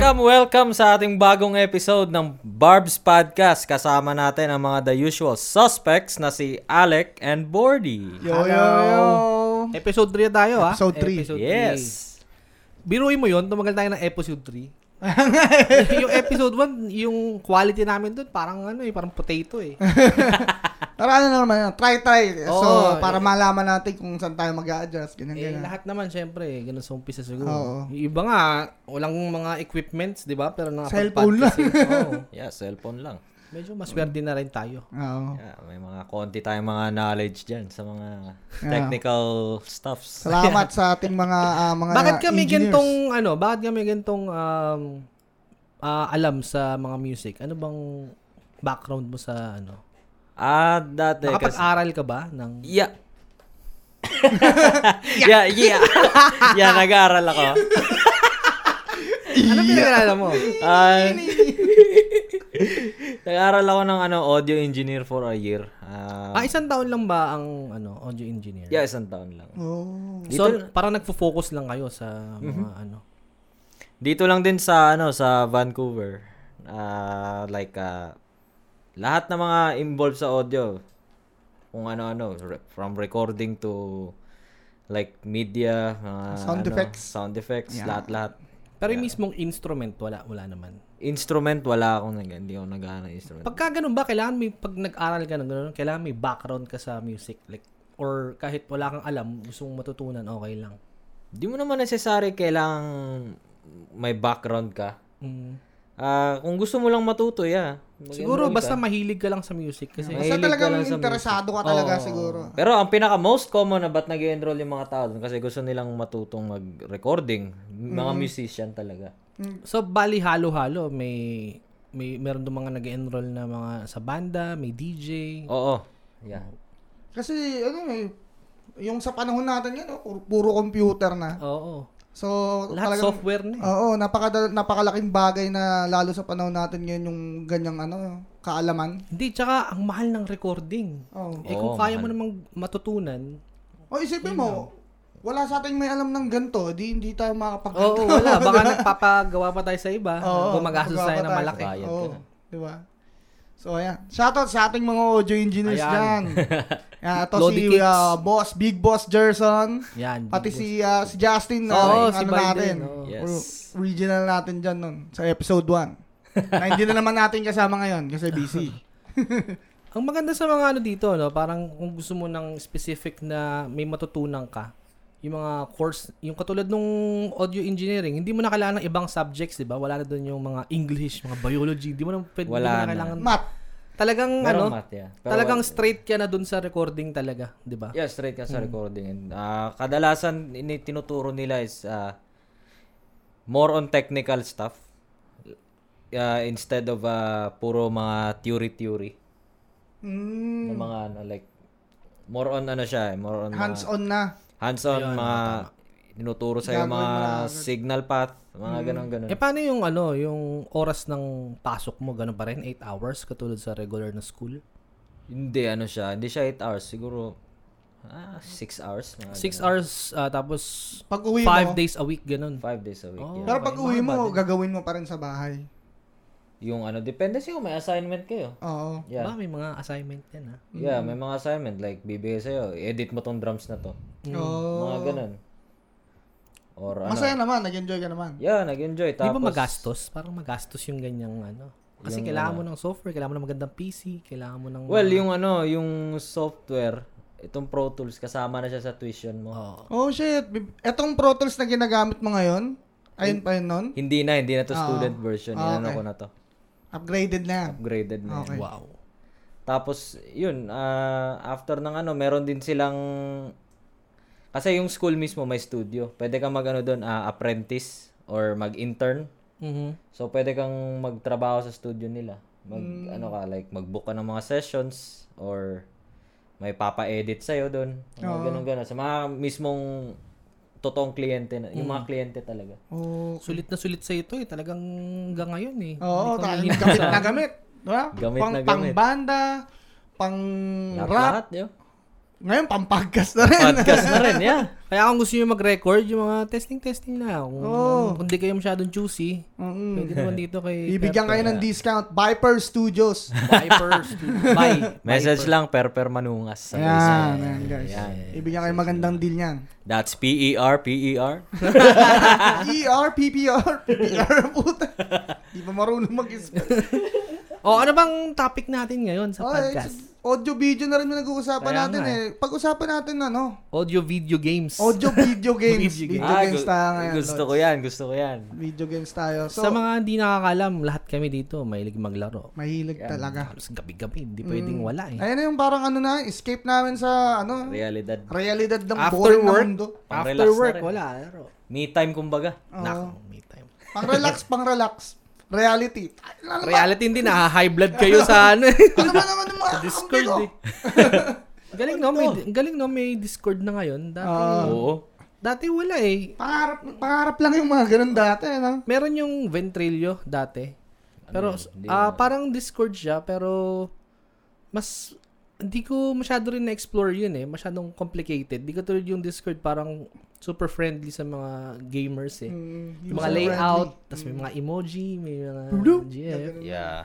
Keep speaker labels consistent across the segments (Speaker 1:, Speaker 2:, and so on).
Speaker 1: Welcome sa ating bagong episode ng Barb's Podcast. Kasama natin ang mga the usual suspects na si Alec and Bordy.
Speaker 2: Yo, yo, yo.
Speaker 3: Episode 3 na tayo, ha?
Speaker 2: Episode three.
Speaker 3: Episode
Speaker 1: Yes.
Speaker 3: three. Biruin mo yun, tumagal tayo ng episode 3. yung episode 1, yung quality namin doon, parang ano eh, parang potato eh.
Speaker 2: Tara ano na naman, try, try. so,
Speaker 3: Oo,
Speaker 2: para
Speaker 3: eh.
Speaker 2: malaman natin kung saan tayo mag adjust ganyan,
Speaker 3: eh
Speaker 2: ganyan.
Speaker 3: lahat naman, syempre, eh, ganun sa umpisa siguro.
Speaker 2: Oo.
Speaker 3: Yung iba nga, walang mga equipments, di ba? Pero
Speaker 2: Cellphone
Speaker 3: nakapag-podcast eh. Oo.
Speaker 1: Yeah, cellphone lang.
Speaker 3: Medyo maswerte na rin tayo.
Speaker 2: Oo.
Speaker 1: Yeah, may mga konti tayong mga knowledge dyan sa mga
Speaker 2: Yeah.
Speaker 1: technical stuffs.
Speaker 2: Salamat sa ating mga ah, mga
Speaker 3: bakit kami
Speaker 2: engineers.
Speaker 3: gantong, ano, bakit kami gantong um, ah, alam sa mga music? Ano bang background mo sa ano?
Speaker 1: Ah, dati kasi...
Speaker 3: Nakapag-aral ka ba ng
Speaker 1: Yeah. yeah, yeah. yeah, nag-aaral ako.
Speaker 3: Ano pinag-aralan mo?
Speaker 1: Ah, nag-aaral ako ng ano, audio engineer for a year. Ah,
Speaker 3: Ah, isang taon lang ba ang ano audio engineer?
Speaker 1: yeah, isang taon lang.
Speaker 2: Oh.
Speaker 3: So, parang nagfo-focus lang kayo sa
Speaker 1: Mhm.
Speaker 3: mga ano.
Speaker 1: Dito lang din sa ano sa Vancouver. Ah, like ah, lahat ng mga involved sa audio. Kung ano-ano re- from recording to like media, mga
Speaker 2: Sound
Speaker 1: ano,
Speaker 2: effects.
Speaker 1: sound effects,
Speaker 2: Yeah.
Speaker 1: lahat-lahat.
Speaker 3: Pero yung mismong instrument wala wala naman.
Speaker 1: Instrument wala akong nag hindi ako nag-aano ng instrument.
Speaker 3: Pagka ganun ba kailangan may pag nag-aral ka ng ganun, kailangan may background ka sa music like or kahit wala kang alam, gusto mong matutunan, okay lang.
Speaker 1: Di mo naman necessary kailangang may background ka.
Speaker 3: Mm.
Speaker 1: Ah, kung gusto mo lang matuto, yeah. Mag-enroll
Speaker 3: Siguro
Speaker 1: ka.
Speaker 3: basta mahilig ka lang sa music kasi
Speaker 1: Mahilig
Speaker 2: Basta
Speaker 1: ka
Speaker 2: talagang
Speaker 1: lang sa
Speaker 2: interesado ka talaga
Speaker 3: Oo.
Speaker 2: siguro.
Speaker 1: Pero ang pinaka most common na ba't nag enroll yung mga tao dun kasi gusto nilang matutong mag-recording. Mga musician talaga.
Speaker 3: so bali halo-halo may may meron doon mga nag-enroll na mga sa banda, may DJ.
Speaker 1: Oo. Yeah.
Speaker 2: Kasi ano eh, yung sa panahon natin yun, oh, puro, puro computer na.
Speaker 1: Oh,
Speaker 3: Oo.
Speaker 2: So,
Speaker 3: Lahat
Speaker 2: talagang
Speaker 3: software na eh.
Speaker 2: Oo, napaka napakalaking bagay na lalo sa panahon natin ngayon yung ganyang ano, kaalaman.
Speaker 3: Hindi, tsaka ang mahal ng recording.
Speaker 2: Oo.
Speaker 3: Eh kung
Speaker 1: Oo,
Speaker 3: kaya
Speaker 1: mahal.
Speaker 3: mo namang matutunan,
Speaker 2: O isipin mo, wala sa ating may alam ng ganto, di hindi tayo makakapag
Speaker 3: oo, wala. Baka nagpapagawa pa tayo sa iba.
Speaker 2: Oo,
Speaker 3: gumagastos
Speaker 2: gagawa pa
Speaker 3: tayo Ano, ng malaki.
Speaker 1: Bayad
Speaker 2: Oo,
Speaker 1: ka na.
Speaker 2: di ba? So, ayan. Shoutout sa ating mga audio engineers
Speaker 3: Ayan.
Speaker 2: dyan. Ayan, ito
Speaker 3: Lodi
Speaker 2: si uh,
Speaker 3: Kicks.
Speaker 2: boss, Big Boss Jerson.
Speaker 3: Yan.
Speaker 2: Pati
Speaker 3: big
Speaker 2: si, uh, si Justin na
Speaker 3: Oo,
Speaker 2: ano
Speaker 3: si Biden,
Speaker 2: natin.
Speaker 3: oo.
Speaker 1: Yes.
Speaker 2: Or- Original natin dyan nun, sa episode 1. na hindi na naman natin kasama ngayon kasi busy.
Speaker 3: boss. Ang maganda sa mga ano dito, no, parang kung gusto mo ng specific na may matutunan ka, yung mga course, yung katulad nung audio engineering, hindi mo na kailangan ng ibang subjects, di ba? Wala na doon yung mga English, mga biology, hindi mo na,
Speaker 1: Wala
Speaker 3: pwede, hindi mo na
Speaker 1: na.
Speaker 3: kailangan.
Speaker 2: Matt,
Speaker 3: Talagang,
Speaker 1: Meron
Speaker 3: ano,
Speaker 1: mat, yeah. Pero
Speaker 3: talagang
Speaker 1: wala-
Speaker 3: straight ka na doon sa recording talaga, di ba?
Speaker 1: Yeah, straight ka sa recording. And, ah, kadalasan ini tinuturo nila is ah, more on technical stuff ah, instead of ah, puro mga theory-theory.
Speaker 2: mm,
Speaker 1: ng mga ano, like more on ano siya, eh, more on mga-
Speaker 2: hands-on na.
Speaker 1: hands-on mga tinuturo sa
Speaker 2: Gagawin Mm.
Speaker 1: mga
Speaker 2: mo na
Speaker 1: signal path, mga ganun ganun.
Speaker 3: Eh paano yung ano, yung oras ng pasok mo, ganun pa rin, 8 hours katulad sa regular na school?
Speaker 1: Hindi ano siya, hindi siya 8 hours, siguro ah 6 hours, mga
Speaker 3: 6 hours ah, tapos
Speaker 2: Pag uwi mo,
Speaker 3: 5 days a week ganun.
Speaker 1: 5 days a week.
Speaker 3: Oh.
Speaker 1: yeah.
Speaker 2: pero pag
Speaker 3: Okay,
Speaker 2: uwi
Speaker 3: mahaba
Speaker 2: mo, gagawin mo pa rin sa bahay.
Speaker 1: Yung ano, depende siya kung may assignment kayo.
Speaker 2: Oo.
Speaker 1: Yeah.
Speaker 3: Ba, may mga assignment yan ah. ha.
Speaker 1: Yeah,
Speaker 2: Mm.
Speaker 1: may mga assignment like bibigay sa'yo, edit mo tong drums na to.
Speaker 3: Hmm.
Speaker 2: Oo.
Speaker 1: Mga ganun. Or ano.
Speaker 2: Masaya naman, nag-enjoy ka naman.
Speaker 1: Yeah, nag-enjoy
Speaker 3: Di
Speaker 1: tapos.
Speaker 3: ba magastos? Parang magastos yung ganyang ano. Kasi kailangan mo ng software, kailangan mo ng magandang PC, kailangan mo ng...
Speaker 1: Well, yung ano, yung software, itong Pro Tools kasama na siya sa tuition mo.
Speaker 3: Oo.
Speaker 2: Oh shit, Bib- etong Pro Tools na ginagamit mo ngayon, ayun pa yun nun,
Speaker 1: Hindi na, hindi na to
Speaker 2: Ah.
Speaker 1: student version.
Speaker 2: Ah,
Speaker 1: Inano
Speaker 2: okay.
Speaker 1: ko na to.
Speaker 2: upgraded na.
Speaker 1: Upgraded na. yun.
Speaker 2: Okay.
Speaker 3: wow.
Speaker 1: Tapos, yun, ah, after ng ano, meron din silang... Kasi yung school mismo may studio. Pwede kang mag ano doon, ah, apprentice or mag-intern.
Speaker 3: Mhm.
Speaker 1: So, pwede kang magtrabaho sa studio nila. Mag,
Speaker 2: Hmm.
Speaker 1: ano ka, like, mag-book ka ng mga sessions or may papa-edit sa'yo doon. Mga ganun-ganun. Sa mga mismong totoong kliyente na, yung mga
Speaker 2: Hmm.
Speaker 1: kliyente talaga.
Speaker 2: Oh.
Speaker 3: Sulit na sulit sa ito eh. Talagang hanggang ngayon eh.
Speaker 2: Oo,
Speaker 3: Hindi ko
Speaker 2: talagang
Speaker 3: nalilito
Speaker 2: gamit
Speaker 3: sa-
Speaker 2: na gamit. Diba?
Speaker 1: Gamit
Speaker 2: pang,
Speaker 1: na gamit.
Speaker 2: Pang banda, pang Hmm. rap,
Speaker 1: Lahat-lahat, yo.
Speaker 2: Ngayon, pampagkas na rin.
Speaker 1: Podcast na rin, yeah.
Speaker 3: Kaya kung gusto nyo mag-record, yung mga testing-testing na. Kung,
Speaker 2: Oo.
Speaker 3: kung di kayo masyadong juicy,
Speaker 2: Mm.
Speaker 3: pwede naman dito kay
Speaker 2: Bibigyan kayo ng discount. Viper Studios.
Speaker 3: Vipers. Bye.
Speaker 1: Message lang, perper manungas. Sabi sa-
Speaker 2: Ayan, ayan guys.
Speaker 1: Ayan.
Speaker 2: Ibigyan kayo magandang deal niyan.
Speaker 1: That's E P-E-R-P-E-r.
Speaker 2: ER, PPR, PPR, puta. Di pa marunong mag-spell.
Speaker 3: O, ano bang topic natin ngayon sa
Speaker 2: Oh, eh,
Speaker 3: podcast?
Speaker 2: audio video na rin yung nag-uusapan
Speaker 3: Kaya
Speaker 2: natin
Speaker 3: nga,
Speaker 2: eh. Pag-usapan natin ano,
Speaker 3: Audio video games.
Speaker 2: audio video games.
Speaker 3: Video
Speaker 2: video,
Speaker 3: games.
Speaker 1: Ah,
Speaker 2: games
Speaker 1: gu-
Speaker 2: tayo ngayon.
Speaker 1: gusto ko
Speaker 2: Lods.
Speaker 1: yan, gusto ko yan.
Speaker 2: Video games tayo. So,
Speaker 3: sa mga hindi nakakalam, lahat kami dito mahilig maglaro.
Speaker 2: mahilig talaga.
Speaker 3: Halos gabi-gabi, hindi pwedeng wala eh.
Speaker 2: Ayan na yung parang ano na, escape namin sa ano,
Speaker 1: Realidad.
Speaker 2: realidad ng
Speaker 3: After
Speaker 2: boring na Oh.
Speaker 3: work?
Speaker 2: mundo.
Speaker 1: Pang-relax
Speaker 3: After
Speaker 1: na
Speaker 3: work,
Speaker 1: rin.
Speaker 3: wala. Laro.
Speaker 1: Me time, kumbaga.
Speaker 3: Nako, may time.
Speaker 2: Pang-relax, pang-relax. Reality. Ano ba?
Speaker 3: Reality hindi, naha-high blood kayo sa ano eh.
Speaker 2: Ano ba naman yung mga
Speaker 3: Sa Discord
Speaker 2: kampi ko?
Speaker 3: eh. galing no, may, galing no, may Discord na ngayon. Dati,
Speaker 2: Ah.
Speaker 1: Oo.
Speaker 3: dati wala eh.
Speaker 2: Pangarap, pangarap lang yung mga ganun dati. Ano?
Speaker 3: Meron yung Ventrilo dati.
Speaker 1: Ano
Speaker 3: Pero ah, parang Discord siya pero mas hindi ko masyado rin na-explore yun eh. Masyadong complicated. Hindi ko tulad yung Discord parang super friendly sa mga gamers eh.
Speaker 2: Mm,
Speaker 3: Yung mga
Speaker 2: user
Speaker 3: layout,
Speaker 2: friendly. Mm.
Speaker 3: tas may mga emoji, may mga GF.
Speaker 1: Yeah.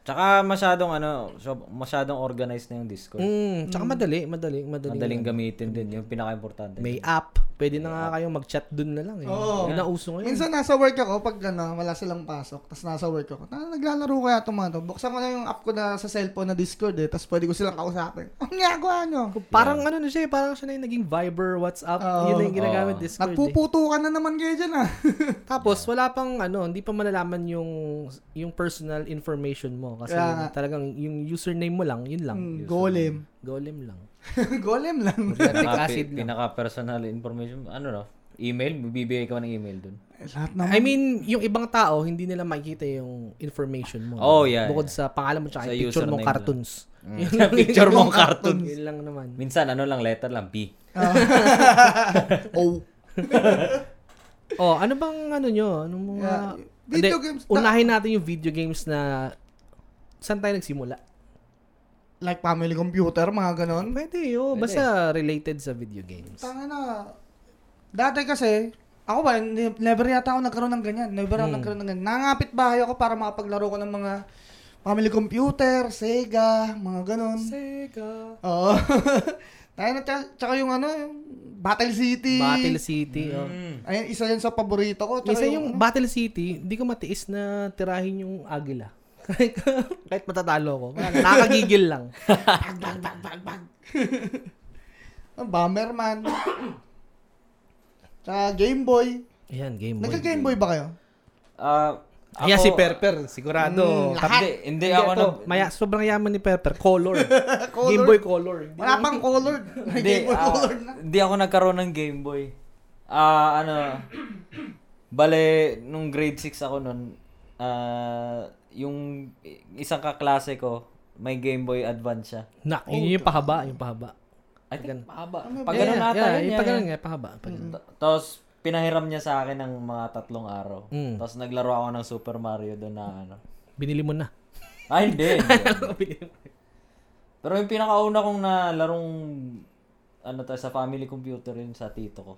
Speaker 1: Tsaka masyadong ano, so, masyadong organized na yung Discord.
Speaker 3: Mm, tsaka madali, madali, madali.
Speaker 1: Madaling gamitin din, yung pinaka-importante.
Speaker 3: May app. Pwede na nga kayong mag-chat dun na lang eh.
Speaker 2: Oo.
Speaker 3: Yun ang uso ngayon.
Speaker 2: Minsan nasa work ako, pag ano, wala silang pasok, tapos nasa work ako, na, naglalaro kaya itong mga to. Buksan ko na yung app ko na sa cellphone na Discord eh, tapos pwede ko silang kausapin. Ang ginagawa nyo?
Speaker 3: Parang ano na siya, eh, parang siya na yung naging Viber, WhatsApp, yun na yung ginagamit
Speaker 1: Oo.
Speaker 3: Discord. eh.
Speaker 2: Nagpuputukan na naman kayo dyan ah.
Speaker 3: Tapos wala pang ano, hindi pa malalaman yung yung personal information mo kasi
Speaker 2: Kaya nga.
Speaker 3: talagang yung username mo lang, yun lang.
Speaker 2: Mm, golem.
Speaker 3: Golem lang.
Speaker 2: golem lang.
Speaker 3: Lactic
Speaker 1: Pinaka-
Speaker 3: acid lang.
Speaker 1: Pinaka-personal information, ano no? Email, bibigay ka ba ng email dun?
Speaker 2: Eh, Lahat naman.
Speaker 3: I mean, yung ibang tao, hindi nila makikita yung information mo.
Speaker 1: Oh, yeah,
Speaker 3: Bukod
Speaker 1: yeah.
Speaker 3: sa pangalan mo Hmm. tsaka
Speaker 1: Sa
Speaker 3: yung picture mong
Speaker 1: username lang.
Speaker 3: cartoons. Yun lang.
Speaker 1: Picture mong cartoon.
Speaker 3: Yun lang naman.
Speaker 1: Minsan, ano lang, letter lang, B.
Speaker 2: Ah. oh.
Speaker 3: Oh, ano bang ano nyo? Anong mga...
Speaker 2: Yeah. Video
Speaker 3: Hindi,
Speaker 2: games.
Speaker 3: Unahin natin yung video games na... Saan tayo nagsimula?
Speaker 2: Like family computer, mga ganon.
Speaker 3: Pwede, oh.
Speaker 1: Pwede.
Speaker 3: Basta related sa video games.
Speaker 2: Tanga na. Dati kasi, ako ba, ne- never yata ako nagkaroon ng ganyan. Never ako nagkaroon ng ganyan. Nangapit bahay ako para makapaglaro ko ng mga family computer, Sega, mga ganon.
Speaker 3: Sega.
Speaker 2: Oo. Tayo na, tsaka tsaka yung ano, yung Battle City.
Speaker 3: Battle City, oh.
Speaker 2: Ayun, isa yan sa paborito ko. Tsaka ano?
Speaker 3: Minsan yung Battle City, hindi ko matiis na tirahin yung Agila. Kahit matatalo ko. Wala, Nakakagigil lang.
Speaker 2: bag, bag, bag, bag, bag. Ah, Bomberman. Tsaka Game Boy.
Speaker 3: Ayan, Game Boy.
Speaker 2: Nagka-Game Boy ba kayo?
Speaker 1: Ah,
Speaker 3: Ayan si Perper,
Speaker 2: Mm,
Speaker 3: sigurado. Tap-
Speaker 1: Hindi, hindi ako
Speaker 3: ito,
Speaker 1: na...
Speaker 3: maya, sobrang yaman ni Perper. Color.
Speaker 2: Color.
Speaker 3: Game Boy Color. Hindi
Speaker 2: Wala pang colored. May
Speaker 1: Hindi,
Speaker 2: Game Boy
Speaker 1: ah,
Speaker 2: colored na.
Speaker 1: Hindi ako nagkaroon ng Game Boy. Ah, ano, bale, nung grade 6 ako nun, ah, yung isang kaklase ko, may Game Boy Advance siya.
Speaker 3: Na, yun yung pahaba, yung pahaba.
Speaker 1: I think, pahaba.
Speaker 2: Ano
Speaker 1: Pag
Speaker 3: Yeah,
Speaker 1: ganun
Speaker 3: yeah,
Speaker 1: ata yun
Speaker 3: yeah,
Speaker 1: Hmm.
Speaker 3: yung
Speaker 1: niya.
Speaker 3: pag ganun nga, pahaba. Pag ganun.
Speaker 1: Ta- Tapos, pinahiram niya sa akin ng mga tatlong araw.
Speaker 3: Mm.
Speaker 1: Tapos, naglaro ako ng Super Mario doon na ano.
Speaker 3: Binili mo na.
Speaker 1: Ay, hindi. hindi.
Speaker 3: Ano
Speaker 1: Pero yung pinakauna kong nalarong ano tayo sa family computer yun sa tito ko.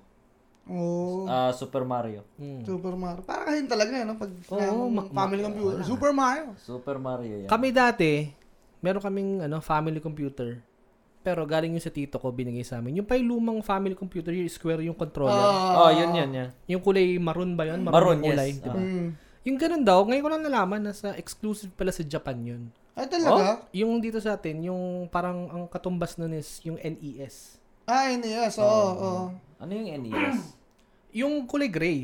Speaker 2: Oo.
Speaker 1: Ah, Super Mario.
Speaker 2: Oh, Super Mario. Para kayo talaga yun, no? pag oh, family computer. Super Mario.
Speaker 1: Super Mario yan.
Speaker 3: Kami dati, meron kaming ano, family computer. Pero galing yung sa tito ko, binigay sa amin. Yung pa yung lumang family computer, yung square yung controller.
Speaker 1: oh, yun yun yan.
Speaker 3: Yung kulay maroon ba yun?
Speaker 1: Maroon,
Speaker 3: yung kulay,
Speaker 1: yes.
Speaker 3: di ba?
Speaker 2: Mm.
Speaker 3: Yung ganun daw, ngayon ko lang nalaman na sa exclusive pala sa Japan yun.
Speaker 2: Ay, talaga?
Speaker 3: Yung dito sa atin, yung parang ang katumbas nun is yung E NES.
Speaker 2: Ay, NES. Ah, Oo, oo.
Speaker 1: Ano yung NES?
Speaker 3: Yung kulay gray.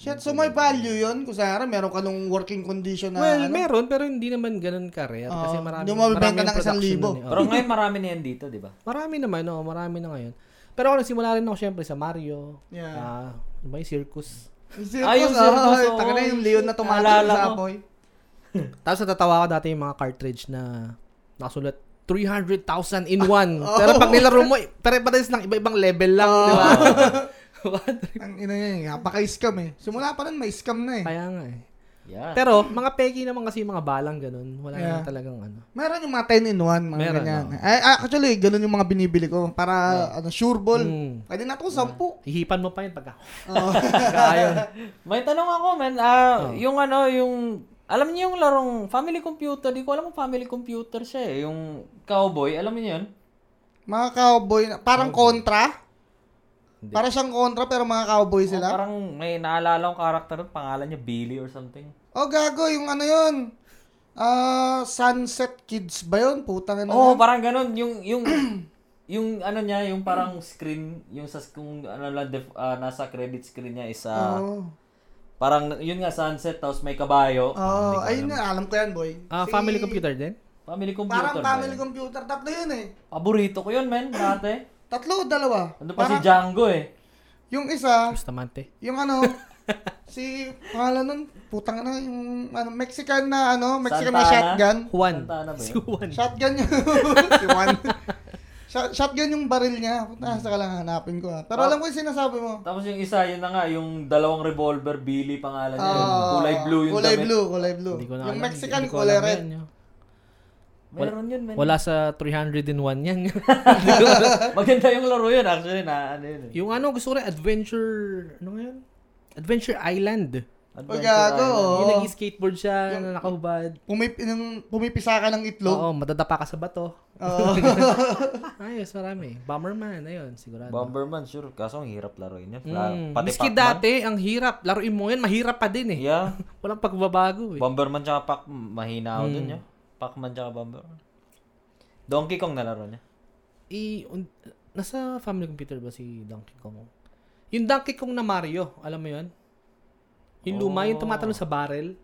Speaker 2: Shit, so may value yun? Kung saan meron ka nung working condition na
Speaker 3: well,
Speaker 2: ano? Ah,
Speaker 3: meron, pero hindi naman ganun ka-rare. kasi
Speaker 2: Oo,
Speaker 3: marami,
Speaker 2: hindi mo
Speaker 3: marami
Speaker 2: mabibenta
Speaker 3: yung
Speaker 2: ng isang
Speaker 3: production
Speaker 2: libo.
Speaker 3: nun eh. Oo.
Speaker 1: Pero ngayon marami na yan dito, di ba?
Speaker 3: Marami naman, oh, marami na ngayon. Pero ako nagsimula rin ako syempre sa Mario.
Speaker 2: Yeah.
Speaker 3: Ah, ano ba yung circus?
Speaker 2: Circus,
Speaker 1: Ay, yung circus,
Speaker 2: ay,
Speaker 1: oo.
Speaker 2: taka na yung leon na tumatalo
Speaker 1: Naalala
Speaker 2: sa
Speaker 1: ko.
Speaker 2: apoy.
Speaker 3: Tapos natatawa ko dati yung mga cartridge na nakasulat 300,000 in one. Pero pag nilaro mo, pare-pares ng iba-ibang level lang, di ba?
Speaker 2: Ang ina niya, napaka-scam eh. Simula pa nun, may scam na eh.
Speaker 3: Kaya nga eh.
Speaker 1: Yeah.
Speaker 3: Pero, mga peki naman kasi yung mga balang ganun. Wala
Speaker 2: Yeah.
Speaker 3: naman talagang ano.
Speaker 2: Meron yung mga 10 in 1, mga
Speaker 3: Meron,
Speaker 2: ganyan.
Speaker 3: oo.
Speaker 2: Ay, ah, actually, ganun yung mga binibili ko. Para, ano, sure ball.
Speaker 3: Mm.
Speaker 2: Pwede na itong 10.
Speaker 3: Ihipan mo pa yun pagka.
Speaker 2: Oo.
Speaker 1: May tanong ako, man. Ah, Yung ano, yung... Alam niyo yung larong family computer? Di ko alam kung family computer siya eh. Yung cowboy, alam niyo yun?
Speaker 2: mga cowboy, na- parang kontra. Para siyang kontra, pero mga cowboy
Speaker 1: Oh,
Speaker 2: sila.
Speaker 1: parang may naalala akong karakter nun, pangalan niya Billy or something.
Speaker 2: Oh, gago, yung ano yun. Ah, Sunset Kids ba yun? Putang
Speaker 1: Oo,
Speaker 2: ina.
Speaker 1: oh,
Speaker 2: yun.
Speaker 1: parang ganun. Yung, yung, yung ano niya, yung parang screen, yung sa, kung ano lang, def- ah, nasa credit screen niya is ah,
Speaker 2: Oo.
Speaker 1: parang, yun nga, sunset, tapos may kabayo.
Speaker 2: Oo, ayun na, alam ko yan, boy. Si-
Speaker 3: Ah, family computer din?
Speaker 1: Family computer.
Speaker 2: Parang
Speaker 1: ba
Speaker 2: family
Speaker 1: yun?
Speaker 2: computer. Tatlo yun eh.
Speaker 1: Paborito ko yun, men, dati.
Speaker 2: Tatlo o dalawa?
Speaker 1: Ano pa si
Speaker 2: Parang-
Speaker 1: Django eh.
Speaker 2: Yung isa,
Speaker 3: Bustamante.
Speaker 2: yung ano, si, pangalan nun, putang na, yung ano, Mexican na, ano, Mexican na
Speaker 1: Santana?
Speaker 2: shotgun.
Speaker 3: Juan.
Speaker 1: Santana ba yun?
Speaker 3: Si Juan.
Speaker 2: Shotgun yung, si Juan. Shot- Shotgun yung baril niya. Puta,
Speaker 3: Hmm.
Speaker 2: saka lang hanapin ko ha.
Speaker 3: Ah.
Speaker 2: Pero alam ko yung sinasabi mo.
Speaker 1: Tapos yung isa, yun na nga, yung dalawang revolver, Billy pangalan niya. yun.
Speaker 2: Ah,
Speaker 1: kulay blue yung
Speaker 2: kulay
Speaker 1: damit.
Speaker 2: blue, kulay blue.
Speaker 3: Hindi ko na
Speaker 2: Yung
Speaker 3: alam.
Speaker 2: Mexican
Speaker 3: Hindi ko
Speaker 2: kulay
Speaker 3: alam
Speaker 2: red.
Speaker 3: yan, yun.
Speaker 1: Meron yun, men.
Speaker 3: Wala sa 301 yan.
Speaker 1: Maganda yung laro yun, actually, na ano yun. eh.
Speaker 3: yung ano, gusto ko rin, Adventure, ano nga yun? Adventure Island.
Speaker 2: O
Speaker 1: Adventure
Speaker 2: gago,
Speaker 1: Island.
Speaker 2: oo.
Speaker 3: Yung nag-skateboard siya, na nakahubad.
Speaker 2: Pumip, yung pumipisa ka ng itlog.
Speaker 3: Oo, madadapa ka sa bato.
Speaker 2: Oo.
Speaker 3: Ayos, marami. Bomberman, ayun, sigurado.
Speaker 1: Bomberman, sure. Kaso ang hirap laruin yun. La-
Speaker 3: Mm.
Speaker 1: Pati
Speaker 3: Miski
Speaker 1: Pac-Man.
Speaker 3: dati, ang hirap. Laruin mo yan, mahirap pa din eh.
Speaker 1: Yeah.
Speaker 3: Walang pagbabago eh.
Speaker 1: Bomberman tsaka Pac, mahina ako
Speaker 3: Mm.
Speaker 1: dun yun. Pac-Man tsaka Bomberman. Donkey Kong nalaro niya.
Speaker 3: I, un- nasa family computer ba si Donkey Kong? Yung Donkey Kong na Mario, alam mo yun? Yung luma, yung tumatalon sa barrel.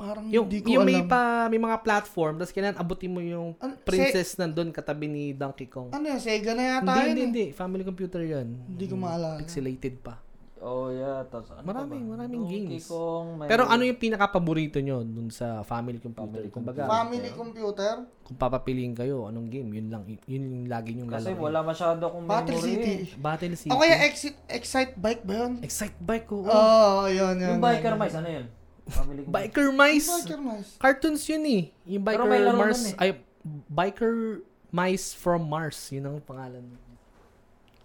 Speaker 2: Parang Oh.
Speaker 3: Yung,
Speaker 2: hindi ko
Speaker 3: yung may,
Speaker 2: alam.
Speaker 3: pa, may mga platform, tapos kailangan abutin mo yung
Speaker 2: Ano, si-
Speaker 3: princess nandun katabi ni Donkey Kong.
Speaker 2: Ano yun, Sega na yata
Speaker 3: Hindi,
Speaker 2: yun.
Speaker 3: hindi,
Speaker 2: eh.
Speaker 3: hindi. Family computer yun.
Speaker 2: Hindi ko maalala.
Speaker 3: Pixelated pa.
Speaker 1: Oh yeah, tapos ano pa
Speaker 3: Maraming,
Speaker 1: ba?
Speaker 3: maraming
Speaker 1: Donkey
Speaker 3: games.
Speaker 1: Kong, may...
Speaker 3: Pero ano yung pinaka-paborito nyo dun sa family computer? Kung baga,
Speaker 2: Family computer.
Speaker 3: kung papapiliin kayo, anong game? Yun lang, yun yung lagi nyong
Speaker 1: Kasi
Speaker 3: lalaroin.
Speaker 1: wala masyado akong memory.
Speaker 2: Battle City.
Speaker 1: eh.
Speaker 3: Battle City.
Speaker 2: O kaya exit, excite bike ba yun?
Speaker 3: Excite Bike
Speaker 2: Oo,
Speaker 3: ko.
Speaker 2: oh, yun, yun.
Speaker 1: Yung Biker Mice, ano yun? Family Kong.
Speaker 3: Biker Mice.
Speaker 2: Biker mice.
Speaker 3: Cartoons yun eh. Yung
Speaker 1: Pero
Speaker 3: Biker
Speaker 1: may laro
Speaker 3: Mars.
Speaker 1: nun eh.
Speaker 3: Ay, Biker Mice from Mars. Yun ang pangalan.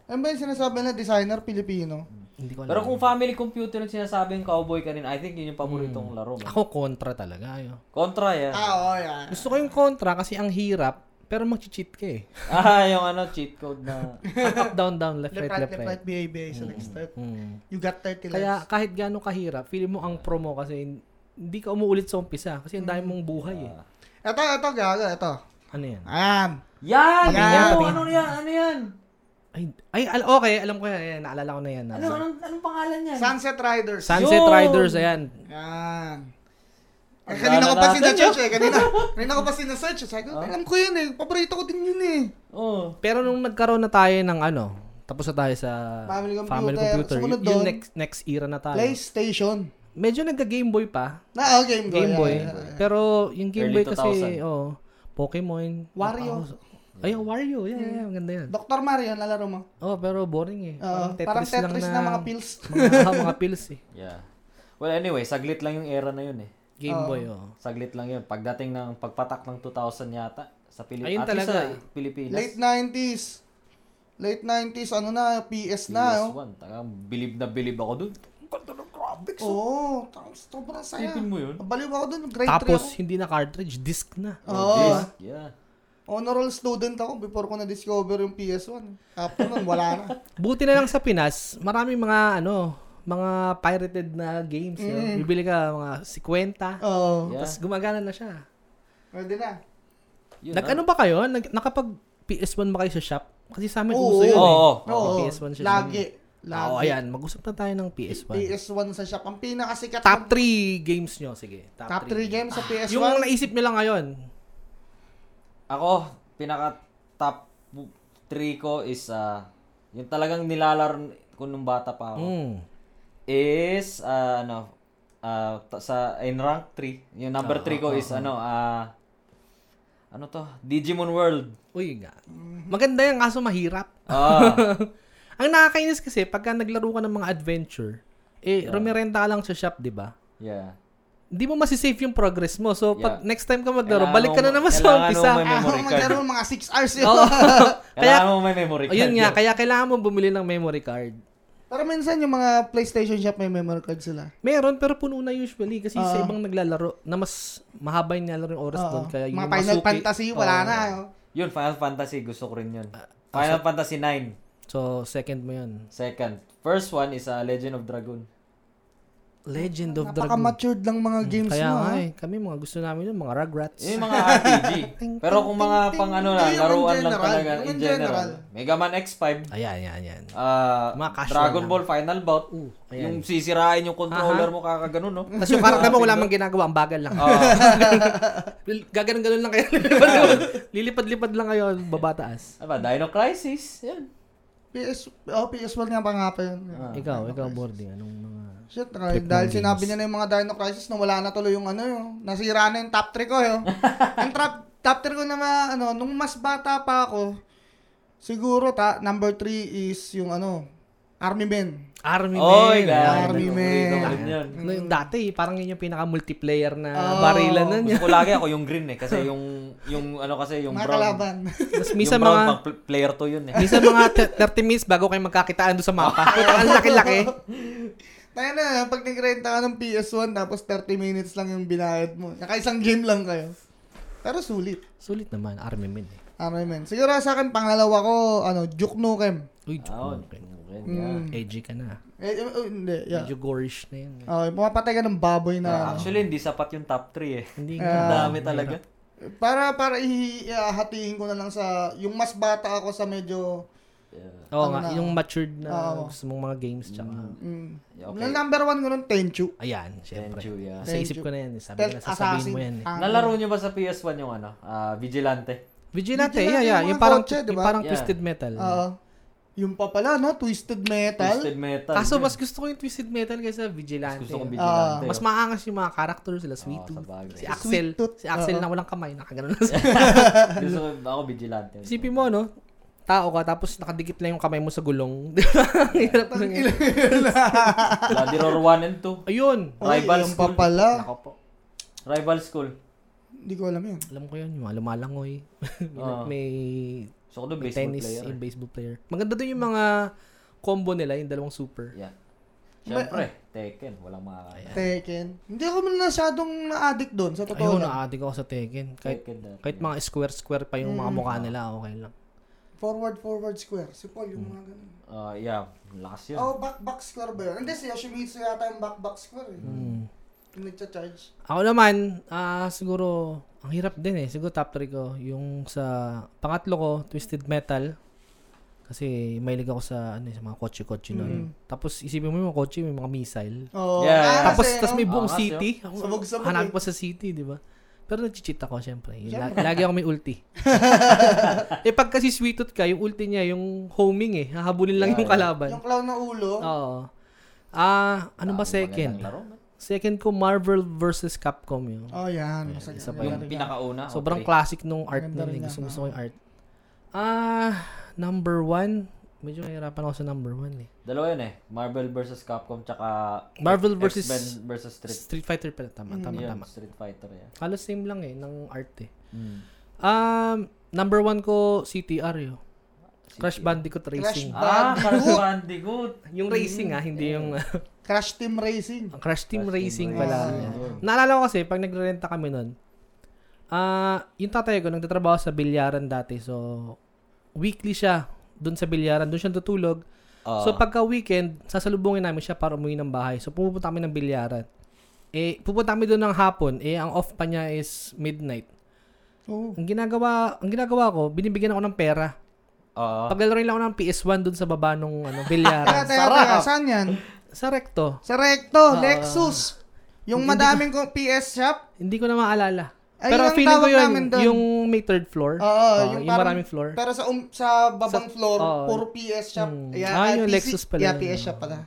Speaker 2: Ano ba yung sinasabi na designer Pilipino?
Speaker 3: Hindi ko alam.
Speaker 1: Pero kung family computer yung sinasabing cowboy ka rin, I think yun yung paboritong
Speaker 3: Hmm.
Speaker 1: laro. man.
Speaker 3: Ako kontra talaga. Ayo.
Speaker 1: Contra yan.
Speaker 2: Ah, oo, yeah.
Speaker 3: Gusto ko yung kontra kasi ang hirap. Pero mag-cheat ka eh.
Speaker 1: Ah, yung ano, cheat code na...
Speaker 3: Up, up, down, down, left,
Speaker 2: Left,
Speaker 3: right,
Speaker 2: right,
Speaker 3: left,
Speaker 2: left,
Speaker 3: right.
Speaker 2: right, Mm-hmm. BA, sa next step.
Speaker 3: Mm.
Speaker 2: You got 30
Speaker 3: Kaya
Speaker 2: lives.
Speaker 3: kahit gaano kahirap, feeling mo ang promo kasi hindi ka umuulit sa umpisa kasi ang dami mong buhay
Speaker 2: Mm.
Speaker 3: eh.
Speaker 2: Ito, ito, gago, ito.
Speaker 3: Ano yan?
Speaker 2: Ayan.
Speaker 1: Yan!
Speaker 2: Yan!
Speaker 1: Yan! Ano, ano yan? Ano yan?
Speaker 3: Ay, ay al- okay, alam ko yan. Ayan, naalala ko na yan.
Speaker 1: Ano, anong, anong pangalan yan?
Speaker 2: Sunset Riders.
Speaker 3: Sunset
Speaker 1: Yun!
Speaker 3: Riders, ayan.
Speaker 2: Yan. Eh,
Speaker 1: Ang
Speaker 2: kanina ko
Speaker 1: gana
Speaker 2: pa
Speaker 1: natin,
Speaker 2: sinasearch eh. Kanina, kanina ko pa sinasearch. Sabi ko, alam ko yun eh. Paborito ko din yun eh.
Speaker 1: Oh.
Speaker 3: Pero nung nagkaroon na tayo ng ano, tapos na tayo sa
Speaker 2: Family computer,
Speaker 3: computer,
Speaker 2: sumunod
Speaker 3: y- yung
Speaker 2: doon,
Speaker 3: next, next era na tayo.
Speaker 2: PlayStation.
Speaker 3: Medyo nagka-Game Boy pa.
Speaker 2: Na, oh, Game Boy.
Speaker 3: Game
Speaker 2: yeah,
Speaker 3: Boy.
Speaker 2: yeah, yeah.
Speaker 3: Pero yung
Speaker 1: Early
Speaker 3: Game Boy kasi,
Speaker 1: 2000.
Speaker 3: oh, Pokemon.
Speaker 2: Wario.
Speaker 3: Ay, oh, Wario. Yeah, yeah, yeah, maganda yan.
Speaker 2: Dr. Mario, nalaro mo?
Speaker 3: Oh, pero boring eh.
Speaker 2: Oo, parang Tetris na, mga pills.
Speaker 3: mga, mga pills eh.
Speaker 1: Yeah. Well, anyway, saglit lang yung era na yun eh.
Speaker 3: Game Boy, oh.
Speaker 1: Saglit lang yun. Pagdating ng pagpatak ng 2000 yata sa Pilipinas.
Speaker 3: Ayun
Speaker 1: At least
Speaker 3: talaga.
Speaker 1: sa Pilipinas.
Speaker 2: Late 90s. Late 90s, ano na, PS na.
Speaker 1: PS1.
Speaker 2: oh.
Speaker 1: Tagang bilib na bilib ako dun. Ang ganda ng graphics.
Speaker 2: Oo, oh, tang- sobrang saya.
Speaker 1: Isipin mo yun.
Speaker 2: Nabaliw ako dun, grade 3
Speaker 3: Tapos,
Speaker 2: ako.
Speaker 3: hindi na cartridge, disc na.
Speaker 2: Oo.
Speaker 1: Disc, yeah.
Speaker 2: Honorable student ako before ko na-discover yung PS1. After nun, wala na.
Speaker 3: Buti na lang sa Pinas, maraming mga ano, mga pirated na games. no?
Speaker 2: Mm.
Speaker 3: Bibili ka mga 50.
Speaker 2: Oo.
Speaker 1: Yeah.
Speaker 3: Tapos gumagana na siya.
Speaker 2: Pwede na.
Speaker 1: Yun, ah.
Speaker 2: ah.
Speaker 3: Nag-ano ba kayo? Nag, nakapag PS1 ba kayo sa shop? Kasi sa amin
Speaker 2: Oo.
Speaker 3: uso yun.
Speaker 1: Oo.
Speaker 3: eh.
Speaker 1: Oo,
Speaker 3: PS1 siya.
Speaker 2: Lagi. Lagi.
Speaker 3: Oo, ayan. Mag-usap na tayo ng PS1.
Speaker 2: PS1 sa shop. Ang pinakasikat
Speaker 3: Top
Speaker 2: ng
Speaker 3: 3 games nyo. Sige.
Speaker 2: top 3 games sa PS1.
Speaker 3: Ah, Yung naisip nyo lang ngayon.
Speaker 1: Ako, pinaka top 3 ko is ah, yung talagang nilalaro ko nung bata pa ako
Speaker 3: Mm.
Speaker 1: is ah, ano ah, ta- sa in rank 3. Yung number 3 ko is ano ah, ano to? Digimon World.
Speaker 3: Uy, nga. Maganda yan, kaso mahirap.
Speaker 1: Ah,
Speaker 3: Ang nakakainis kasi, pagka naglaro ka ng mga adventure, eh, rumirenta ka lang sa shop, di ba?
Speaker 1: yeah.
Speaker 3: hindi mo masisave yung progress mo. So, pag
Speaker 1: Yeah.
Speaker 3: next time ka maglaro,
Speaker 1: Kailangan
Speaker 3: balik ka na
Speaker 1: mo-
Speaker 3: naman
Speaker 1: kailangan
Speaker 3: sa
Speaker 1: mo
Speaker 3: umpisa.
Speaker 1: may-
Speaker 2: Ah,
Speaker 1: memory
Speaker 2: ako
Speaker 1: card.
Speaker 2: maglaro mga 6 hours yun.
Speaker 3: Oo.
Speaker 1: Kaya
Speaker 3: kaya,
Speaker 1: mo may memory card.
Speaker 3: ayun nga, kaya kailangan mo bumili ng memory card.
Speaker 2: Pero minsan yung mga PlayStation shop may memory card sila.
Speaker 3: Meron, pero puno na usually kasi sa
Speaker 1: Ah.
Speaker 2: Oo.
Speaker 3: ibang naglalaro na mas mahaba yung nilalaro yung oras
Speaker 2: Oo.
Speaker 3: doon. Kaya yung
Speaker 2: mga Final
Speaker 3: masuki-
Speaker 2: Fantasy, wala
Speaker 3: Oo.
Speaker 2: na. oh.
Speaker 1: Yun, Final Fantasy. Gusto ko rin yun. Final Fantasy 9.
Speaker 3: So, second mo yun.
Speaker 1: Second. First one is uh, Legend of Dragon.
Speaker 3: Legend of Dragon.
Speaker 2: Napaka-matured lang mga games mo.
Speaker 3: Kaya
Speaker 2: ah.
Speaker 3: nga
Speaker 2: ha?
Speaker 3: eh, kami mga gusto namin yun, mga Rugrats.
Speaker 1: Yun yung ah. Eh, mga RPG. Pero kung mga pang ano lang,
Speaker 2: Yung in
Speaker 1: laruan lang
Speaker 2: general,
Speaker 1: talaga
Speaker 2: yung
Speaker 1: in
Speaker 2: in
Speaker 1: general.
Speaker 2: general.
Speaker 1: Mega Man X5,
Speaker 3: Ayan, ayan, ayan.
Speaker 1: ah,
Speaker 3: Mga casual
Speaker 1: Dragon
Speaker 3: lang.
Speaker 1: Ball Final Bout,
Speaker 3: Uh, ayan.
Speaker 1: yung sisirain yung controller mo kakaganon, no?
Speaker 3: Tapos yung karakter mo, wala mang ginagawa, ang bagal lang.
Speaker 1: Ah,
Speaker 3: Gaganon-ganon lang kayo. Lilipad- Lilipad-lipad lang kayo, babataas.
Speaker 1: ano ba, Dino Crisis, yan.
Speaker 2: PS, oh, PS1 nga pa nga pa yun.
Speaker 3: Ikaw, ikaw, boarding. Anong mga...
Speaker 2: Shit, Ray, dahil sinabi niya na yung mga Dino Crisis na wala na tuloy yung ano yung nasira na yung top 3 ko yun. yung trap, top 3 ko na mga ano, nung mas bata pa ako, siguro ta, number 3 is yung ano, Army Men.
Speaker 3: Army
Speaker 1: Oy,
Speaker 3: Man.
Speaker 1: grabe.
Speaker 2: Army
Speaker 1: Paborito ko
Speaker 2: Man.
Speaker 1: rin yun.
Speaker 3: Ano yung dati, parang yun yung pinaka-multiplayer na
Speaker 2: Oh.
Speaker 3: barilan nun.
Speaker 1: Gusto ko lagi ako yung green eh kasi yung yung ano kasi yung
Speaker 2: Mga
Speaker 1: brown.
Speaker 2: kalaban.
Speaker 3: Tapos
Speaker 1: Yung
Speaker 3: minsan
Speaker 1: brown
Speaker 3: mga...
Speaker 1: pang pl- player 2 yun eh.
Speaker 3: Minsan mga te- 30 minutes bago kayo magkakitaan doon sa mapa. Puta, ang laki-laki.
Speaker 2: Tayo na, pag nagrenta ka ng PS1, tapos 30 minutes lang yung binayad mo. Saka isang game lang kayo. Pero sulit.
Speaker 3: Sulit naman, Army Man eh.
Speaker 2: Army Men. Siguro sa akin, pangalawa ko, ano, Duke Nukem.
Speaker 3: Uy,
Speaker 1: Ah,
Speaker 3: joke.
Speaker 1: yun. Yeah.
Speaker 3: Edgy ka na.
Speaker 2: Eh, eh, eh, hindi, yeah.
Speaker 3: Medyo gorish na yun.
Speaker 2: Okay, pumapatay ka ng baboy na. ano.
Speaker 1: Actually, hindi sapat yung top 3 eh.
Speaker 3: Hindi nga.
Speaker 1: Ang dami talaga.
Speaker 2: Para para ihahatiin ko na lang sa yung mas bata ako sa medyo
Speaker 1: Yeah.
Speaker 2: Ano
Speaker 3: Oo nga,
Speaker 2: na?
Speaker 3: yung matured na
Speaker 2: Oo.
Speaker 3: gusto mong mga games tsaka.
Speaker 2: mm,
Speaker 1: Okay.
Speaker 2: yung number one ko nun, Tenchu.
Speaker 3: Ayan, syempre.
Speaker 1: Tenchu, yeah.
Speaker 3: Sa isip
Speaker 2: Tenchu.
Speaker 3: ko na yan. eh. Sabi
Speaker 2: Stealth
Speaker 3: na sasabihin
Speaker 2: assassin.
Speaker 3: mo yan. Eh.
Speaker 2: Ah,
Speaker 1: Nalaro nyo ba sa PS1 yung ano? ah, Vigilante.
Speaker 2: Vigilante,
Speaker 3: Vigilante, yeah, yeah.
Speaker 2: yung
Speaker 3: Yung
Speaker 2: mga
Speaker 3: parang,
Speaker 2: kotse, diba?
Speaker 3: yung parang
Speaker 1: Yeah.
Speaker 3: Twisted Metal.
Speaker 2: Oo. Ah, yung pa pala, no? Twisted Metal.
Speaker 1: Mm. Twisted Metal.
Speaker 3: Kaso mas gusto ko yung Twisted Metal kaysa Vigilante.
Speaker 1: gusto kong
Speaker 3: oh.
Speaker 1: Vigilante.
Speaker 3: mas maangas yung mga characters sila, Sweet
Speaker 1: Oo, sa
Speaker 3: Tooth.
Speaker 1: bagay.
Speaker 3: Si
Speaker 1: Sweet
Speaker 3: Axel,
Speaker 2: Tooth,
Speaker 3: si Axel
Speaker 2: oo.
Speaker 3: na walang kamay, nakaganon lang siya.
Speaker 1: gusto ko, ako Vigilante.
Speaker 3: Isipin mo, no? Tao ka, tapos nakadikit lang yung kamay mo sa gulong. Di ba? Ang hirap lang yun.
Speaker 1: Bloody Roar 1 and 2.
Speaker 3: Ayun!
Speaker 2: Ay,
Speaker 1: Rival
Speaker 2: yung
Speaker 1: school.
Speaker 2: pa pala.
Speaker 1: Nako po. Rival school.
Speaker 2: Hindi ko alam yun.
Speaker 3: Alam ko yun, yung mga lumalangoy. May-
Speaker 1: Oo.
Speaker 3: may
Speaker 1: So, ako doon,
Speaker 3: may
Speaker 1: baseball
Speaker 3: tennis,
Speaker 1: player. eh.
Speaker 3: yung baseball player. Maganda doon yung mga combo nila, yung dalawang super.
Speaker 1: Yeah. Siyempre, Tekken. Walang makakaya.
Speaker 2: Tekken. Hindi ako man masyadong na-addict doon, sa totoo
Speaker 3: Ayun,
Speaker 2: lang.
Speaker 1: ah.
Speaker 3: na-addict ako sa Tekken. Kahit,
Speaker 1: Tekken dati.
Speaker 3: kahit mga square-square pa yung
Speaker 2: Mm.
Speaker 3: mga mukha nila, okay lang.
Speaker 2: Forward, forward square. Si Paul, yung mga ganun.
Speaker 1: Ah, yeah, lakas yun.
Speaker 2: Oh, back, back square ba yun? Hindi, si Yoshimitsu yata yung back, back square. Eh.
Speaker 1: Mm.
Speaker 2: Yung nagcha-charge.
Speaker 3: Ako naman, ah siguro, ang hirap din eh. Siguro top 3 ko. Yung sa pangatlo ko, Twisted Metal. Kasi mahilig ako sa, ano, sa mga
Speaker 2: Mm.
Speaker 3: kotse-kotse noon. Tapos isipin mo yung mga kotse, may mga missile.
Speaker 2: Oh,
Speaker 1: Yeah, yeah.
Speaker 2: ah,
Speaker 3: Tapos,
Speaker 2: kasi,
Speaker 3: tas may
Speaker 2: no?
Speaker 3: buong
Speaker 1: Ah, kasi,
Speaker 3: city. Ako,
Speaker 2: Sabog-sabog
Speaker 3: Hanapin
Speaker 2: eh.
Speaker 3: pa sa city, di ba? Pero nag-cheat ako, syempre. Yun, la- lagi ako may ulti. eh, pag kasi sweet tooth ka, yung ulti niya, yung homing eh. Hahabulin lang yung kalaban.
Speaker 2: Yung clown na ulo.
Speaker 3: Oo. Ah, ano ba second?
Speaker 1: Magandang laro, man.
Speaker 3: Second ko, Marvel versus Capcom yun.
Speaker 2: Oh, yan. Masaya.
Speaker 3: isa pa
Speaker 1: Yung
Speaker 3: yun.
Speaker 2: Talaga.
Speaker 1: pinakauna.
Speaker 3: Sobrang
Speaker 1: Ah, okay.
Speaker 3: classic nung art
Speaker 2: Maganda rin
Speaker 3: nila. eh.
Speaker 2: yan,
Speaker 3: Gusto, gusto ko yung art. Ah, number one. Medyo nahihirapan ako sa number one eh.
Speaker 1: Dalawa yun eh. Marvel versus Capcom tsaka
Speaker 3: Marvel versus
Speaker 1: X-Men versus Street,
Speaker 3: Street Fighter pala. Tama, tama,
Speaker 1: yun,
Speaker 3: tama.
Speaker 1: Street Fighter yan.
Speaker 3: Halos same lang eh, ng art eh.
Speaker 1: Mm.
Speaker 3: Um, number one ko, CTR yun. Crash Bandicoot
Speaker 2: Crash
Speaker 3: Racing.
Speaker 1: Ah,
Speaker 2: Bandicoot.
Speaker 1: Crash Bandicoot.
Speaker 3: Yung racing ah, hindi yung
Speaker 2: Crash Team Racing.
Speaker 3: Ang Crash Team
Speaker 1: Mm. Crash Team Racing.
Speaker 3: Racing pala.
Speaker 1: Ah.
Speaker 3: Yan. Naalala ko kasi, pag nagrerenta kami nun, ah, yung tatay ko, nagtatrabaho sa bilyaran dati. So, weekly siya doon sa bilyaran. Doon siya tutulog.
Speaker 1: Ah.
Speaker 3: So, pagka weekend, sasalubungin namin siya para umuwi ng bahay. So, pupunta kami ng bilyaran. Eh, pupunta kami doon ng hapon. Eh, ang off pa niya is midnight.
Speaker 2: Oh.
Speaker 3: Ang ginagawa, ang ginagawa ko, binibigyan ako ng pera.
Speaker 1: Ah,
Speaker 3: Paglalaroin lang ako ng PS1 doon sa baba nung ano, bilyaran.
Speaker 2: Teka, teka, teka. Saan yan?
Speaker 3: sa recto.
Speaker 2: Sa
Speaker 3: Ah.
Speaker 2: Recto, Lexus. Yung madaming kong PS shop.
Speaker 3: Hindi ko na maalala.
Speaker 2: Ay,
Speaker 3: Pero
Speaker 2: yun ang
Speaker 3: feeling ko
Speaker 2: tawag
Speaker 3: yun,
Speaker 2: namin doon.
Speaker 3: yung may third floor.
Speaker 2: Oo,
Speaker 3: Ah,
Speaker 2: yung,
Speaker 3: yung,
Speaker 2: parang-
Speaker 3: maraming floor.
Speaker 2: Pero sa um, sa babang
Speaker 3: Sa-
Speaker 2: floor,
Speaker 3: oo.
Speaker 2: puro PS shop.
Speaker 3: Hmm.
Speaker 2: Yeah,
Speaker 3: Ah, yung
Speaker 2: PC
Speaker 3: Lexus pala
Speaker 2: Yeah,
Speaker 3: yun.
Speaker 2: PS shop pala.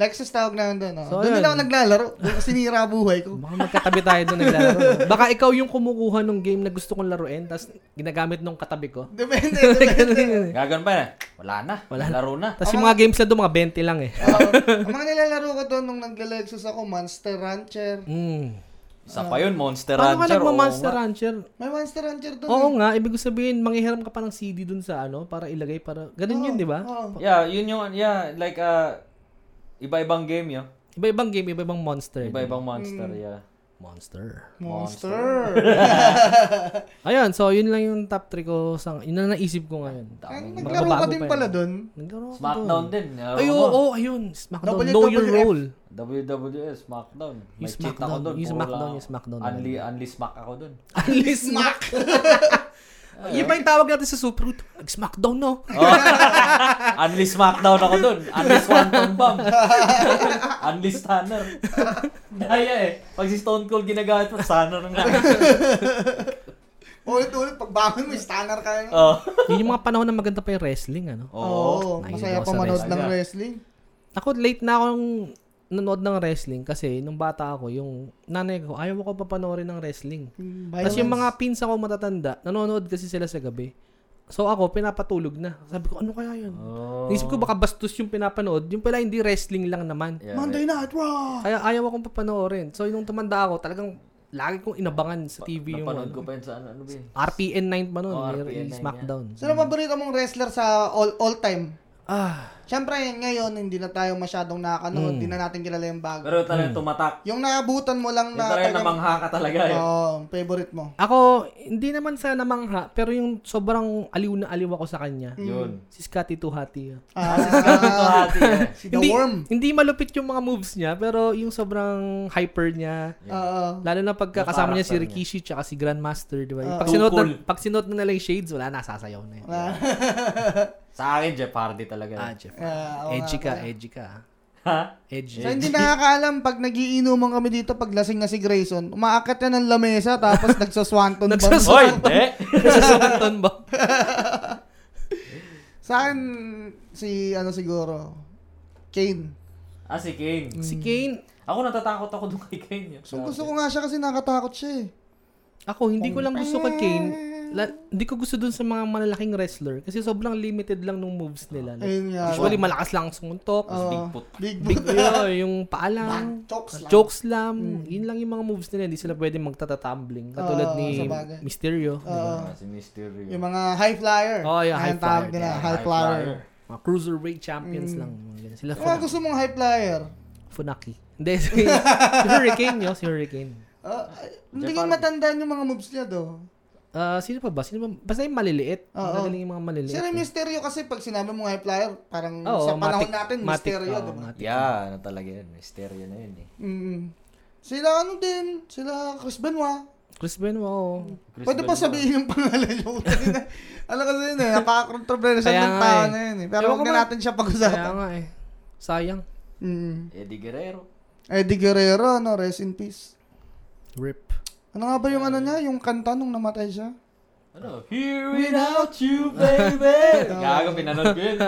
Speaker 2: Lexus tawag namin doon. Oh.
Speaker 3: So,
Speaker 2: doon
Speaker 3: yun.
Speaker 2: din ako naglalaro. Doon ko sinira buhay ko.
Speaker 3: Baka magkatabi tayo doon naglalaro. Baka ikaw yung kumukuha ng game na gusto kong laruin, tapos ginagamit nung katabi ko.
Speaker 2: Depende.
Speaker 3: Ganun
Speaker 2: depende.
Speaker 3: yun eh.
Speaker 1: Gagano'n pa yun eh. Wala na. Wala Laro na.
Speaker 3: tapos yung mga games na doon, mga 20 lang eh.
Speaker 2: Oo. Ang mga nilalaro ko doon nung nagla-Lexus ako, Monster Rancher.
Speaker 3: Mm.
Speaker 1: Isa pa yun, Monster
Speaker 3: Paano ka
Speaker 1: Rancher. oo
Speaker 3: nagma-Monster
Speaker 1: nga.
Speaker 3: Rancher?
Speaker 2: May Monster Rancher eh. doon.
Speaker 3: Oo nga, ibig sabihin, manghihiram ka pa ng CD dun sa ano, para ilagay, para, ganun yun, di ba?
Speaker 1: Yeah, yun yung, yeah, like, uh, iba-ibang game yun.
Speaker 3: Iba-ibang game, iba-ibang monster.
Speaker 1: Iba-ibang monster,
Speaker 3: Hmm.
Speaker 1: yeah.
Speaker 3: Monster.
Speaker 2: Monster.
Speaker 3: Ayun, so yun lang yung top 3 ko. Sa, yun na naisip ko
Speaker 2: Ay,
Speaker 3: ngayon. Tangin,
Speaker 2: Naglaro
Speaker 3: bago
Speaker 2: ka
Speaker 3: pa
Speaker 2: din
Speaker 3: yun.
Speaker 2: pala doon.
Speaker 3: Naglaro ako
Speaker 1: Smackdown
Speaker 3: doon.
Speaker 1: din. nilaro
Speaker 3: Ay, oo,
Speaker 1: ko.
Speaker 3: oo, ayun. Smackdown.
Speaker 2: WWF.
Speaker 3: Know your role.
Speaker 1: WWE, E, Smackdown. May
Speaker 3: Yung
Speaker 1: cheat ako
Speaker 3: Smackdown,
Speaker 1: doon.
Speaker 3: yung
Speaker 1: puro
Speaker 3: Smackdown,
Speaker 1: lang-
Speaker 3: yung Smackdown.
Speaker 1: Unli, unli smack ako doon.
Speaker 3: Unli smack. Yun pa yung tawag natin sa Super Root. Nag-smackdown, no?
Speaker 2: Oh.
Speaker 1: unli smackdown ako doon. Unli quantum bomb. unli stunner. Daya eh. Pag si Stone Cold ginagamit mo, stunner na.
Speaker 2: Ulit-ulit, pagbangon mo, stunner ka yun.
Speaker 1: oh.
Speaker 3: yun yung mga panahon na maganda pa yung wrestling, ano?
Speaker 2: Oo,
Speaker 3: Nahilig
Speaker 2: masaya
Speaker 3: ako
Speaker 2: pa
Speaker 3: sa
Speaker 2: manood
Speaker 1: wrestling.
Speaker 2: ng wrestling.
Speaker 3: Ako, late na akong nanood ng wrestling kasi nung bata ako, yung nanay ko, ayaw ko papanoorin ng wrestling. Tapos yung mga pinsa ko matatanda, nanonood kasi sila sa gabi. So ako, pinapatulog na. Sabi ko, ano kaya yun?
Speaker 1: Oh.
Speaker 3: Naisip ko baka bastos yung pinapanood. Yung pala hindi wrestling lang naman.
Speaker 1: Yeah,
Speaker 2: Monday Night Raw!
Speaker 3: Kaya ayaw akong papanoorin. So nung tumanda ako, talagang lagi kong inabangan sa TV yung
Speaker 1: Napanood ko
Speaker 3: ano,
Speaker 1: pa yun sa ano, ano ba yun?
Speaker 3: RPN 9 pa nun.
Speaker 1: Oh,
Speaker 3: may
Speaker 1: RPN 9 yan.
Speaker 3: Smackdown.
Speaker 2: Sino paborito mong wrestler sa all, all time?
Speaker 3: Ah,
Speaker 2: Siyempre, ngayon, hindi na tayo masyadong nakakanood.
Speaker 3: Hmm.
Speaker 2: Hindi na natin kilala yung bago.
Speaker 1: Pero talagang tumatak.
Speaker 2: Yung naabutan mo
Speaker 1: Yung
Speaker 2: lang na
Speaker 1: talagang
Speaker 2: talagang- Oh.
Speaker 1: namangha ka talaga eh.
Speaker 2: Oo, favorite mo.
Speaker 3: ako, hindi naman sa namangha, pero yung sobrang aliw na aliw ako sa kanya.
Speaker 1: Yun.
Speaker 3: Si Scotty Tuhati.
Speaker 1: Ito
Speaker 2: Ah,
Speaker 1: hati eh.
Speaker 2: si The
Speaker 3: hindi,
Speaker 2: Worm.
Speaker 3: Hindi malupit yung mga moves niya, pero yung sobrang hyper niya.
Speaker 2: Oo.
Speaker 3: Lalo na pagka kasama niya si
Speaker 1: Yung
Speaker 3: Rikishi tsaka si Grandmaster, di ba? Yung
Speaker 2: Ah.
Speaker 3: pag, sinuot na,
Speaker 1: Tukol.
Speaker 3: pag sinuot na nila yung shades, wala na, sasayaw na yun.
Speaker 2: Ah,
Speaker 1: Sa akin, Jeff Hardy talaga. eh.
Speaker 3: Ah, Jeff.
Speaker 2: ah, oo nga
Speaker 3: edgy ka,
Speaker 2: pala.
Speaker 3: edgy ka.
Speaker 1: Ha?
Speaker 3: Edgy.
Speaker 2: So, hindi nakakaalam, pag nagiinuman kami dito, pag lasing na si Grayson, umaakat yan ng lamesa, tapos nagsaswanton bang.
Speaker 3: Nagsaswanton.
Speaker 1: Hoy, hindi.
Speaker 3: Nagsaswanton ba?
Speaker 2: Sa akin, si, ano siguro, Kane.
Speaker 1: Ah, si Kane.
Speaker 3: si Kane,
Speaker 1: Ako natatakot ako dun kay eh. Kane. Yun.
Speaker 2: So, gusto ko nga siya kasi nakatakot siya eh.
Speaker 3: ako, hindi ko lang gusto kay Kane. La- hindi ko gusto dun sa mga malalaking wrestler kasi sobrang limited lang nung moves nila. Like,
Speaker 2: Ayun nga.
Speaker 3: usually, malakas lang ang sumuntok.
Speaker 2: Oo.
Speaker 1: Bigfoot.
Speaker 2: Big
Speaker 3: Big yun, yung paa lang.
Speaker 2: Chokes lang.
Speaker 3: Chokes lang.
Speaker 2: Hmm.
Speaker 3: Yun lang yung mga moves nila. Hindi sila pwede magtatatumbling. Katulad
Speaker 2: Oo,
Speaker 3: ni
Speaker 2: Ah, sa bagay.
Speaker 3: Mysterio. di ba?
Speaker 1: Ah, si Mysterio.
Speaker 2: Yung mga high flyer.
Speaker 3: Oh, yeah,
Speaker 2: Ayan
Speaker 3: high
Speaker 2: tawag
Speaker 3: flyer.
Speaker 2: nila,
Speaker 3: Yeah,
Speaker 2: high
Speaker 1: high
Speaker 2: flyer.
Speaker 1: flyer.
Speaker 3: Mga cruiserweight champions lang. Ganun. Sila
Speaker 2: Yung Hmm. mga
Speaker 3: Fun-
Speaker 2: gusto mong high flyer.
Speaker 3: Funaki. Hindi, si, si Hurricane yun. Si Hurricane.
Speaker 2: Ah, ay, hindi ko
Speaker 1: Japan.
Speaker 2: matandaan yung mga moves niya do.
Speaker 3: Ah, sino pa ba? Sino ba? Basta yung maliliit.
Speaker 2: Oo.
Speaker 3: Magaling yung mga maliliit.
Speaker 2: Si Rey Mysterio kasi pag sinabi mong high flyer, parang
Speaker 3: Oo,
Speaker 2: sa panahon
Speaker 3: matik-
Speaker 2: natin,
Speaker 3: matik-
Speaker 2: Mysterio,
Speaker 3: oo,
Speaker 2: di ba?
Speaker 3: matik.
Speaker 1: Yeah, ano talaga yun. Mysterio na yun eh.
Speaker 2: Mm. Sila ano din, sila Chris Benoit.
Speaker 3: Chris Benoit, oo.
Speaker 1: Chris
Speaker 2: Pwede
Speaker 1: Benoit.
Speaker 2: pa sabihin yung pangalan yung kanina. Alam ko yun eh, napaka-controversial
Speaker 3: Kaya
Speaker 2: ng
Speaker 3: nga
Speaker 2: tao
Speaker 3: eh.
Speaker 2: na yun eh. Pero
Speaker 3: Ewan
Speaker 2: huwag
Speaker 3: ko
Speaker 2: na
Speaker 3: ba-
Speaker 2: natin siya
Speaker 3: Kaya
Speaker 2: pag-usapan.
Speaker 3: nga eh. Sayang.
Speaker 2: Mm.
Speaker 1: Eddie Guerrero.
Speaker 2: Eddie Guerrero, ano, rest in peace.
Speaker 3: Rip.
Speaker 2: Ano nga ba yung ano niya, yung kanta nung namatay siya?
Speaker 1: Ano? Here without you, baby! Gago, pinanood ko yun.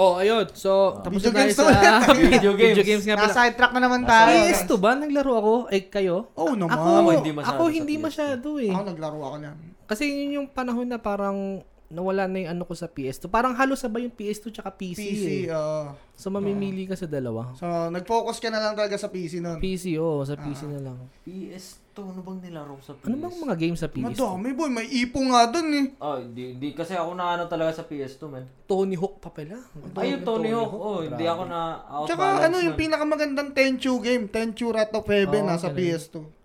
Speaker 3: Oh, ayun. So, tapos
Speaker 2: Video
Speaker 3: na tayo
Speaker 2: games
Speaker 3: sa
Speaker 2: naman.
Speaker 1: Video games.
Speaker 3: video games nga pala.
Speaker 2: Nasa track na naman tayo.
Speaker 3: PS2 ba? Naglaro ako? Eh, kayo?
Speaker 2: Oo naman.
Speaker 3: Ako,
Speaker 1: Ako
Speaker 3: ako
Speaker 1: hindi
Speaker 3: hindi
Speaker 1: masyado
Speaker 3: masyado,
Speaker 1: sa PS2.
Speaker 3: eh.
Speaker 2: Ako naglaro ako niyan.
Speaker 3: Kasi yun yung panahon na parang nawala na yung ano ko sa PS2. Parang halos sabay yung PS2 tsaka PC,
Speaker 2: PC,
Speaker 3: eh.
Speaker 2: oo.
Speaker 3: So mamimili ka sa dalawa.
Speaker 2: ah. So, nag-focus ka na lang talaga sa PC nun.
Speaker 3: PC, oo. Sa PC
Speaker 2: Ah.
Speaker 3: na lang.
Speaker 1: PS2, ano bang nilaro ko sa PS?
Speaker 3: Ano bang mga game sa PS2?
Speaker 2: Madami boy, may ipo nga dun eh.
Speaker 1: Oh, di, di, kasi ako na ano talaga sa PS2, man.
Speaker 3: Tony Hawk pa pala.
Speaker 1: Ay, yung Tony Hawk. Oh, hindi ako na out
Speaker 2: Tsaka ano yung pinakamagandang Tenchu game, Tenchu Rat of Heaven, nasa PS2.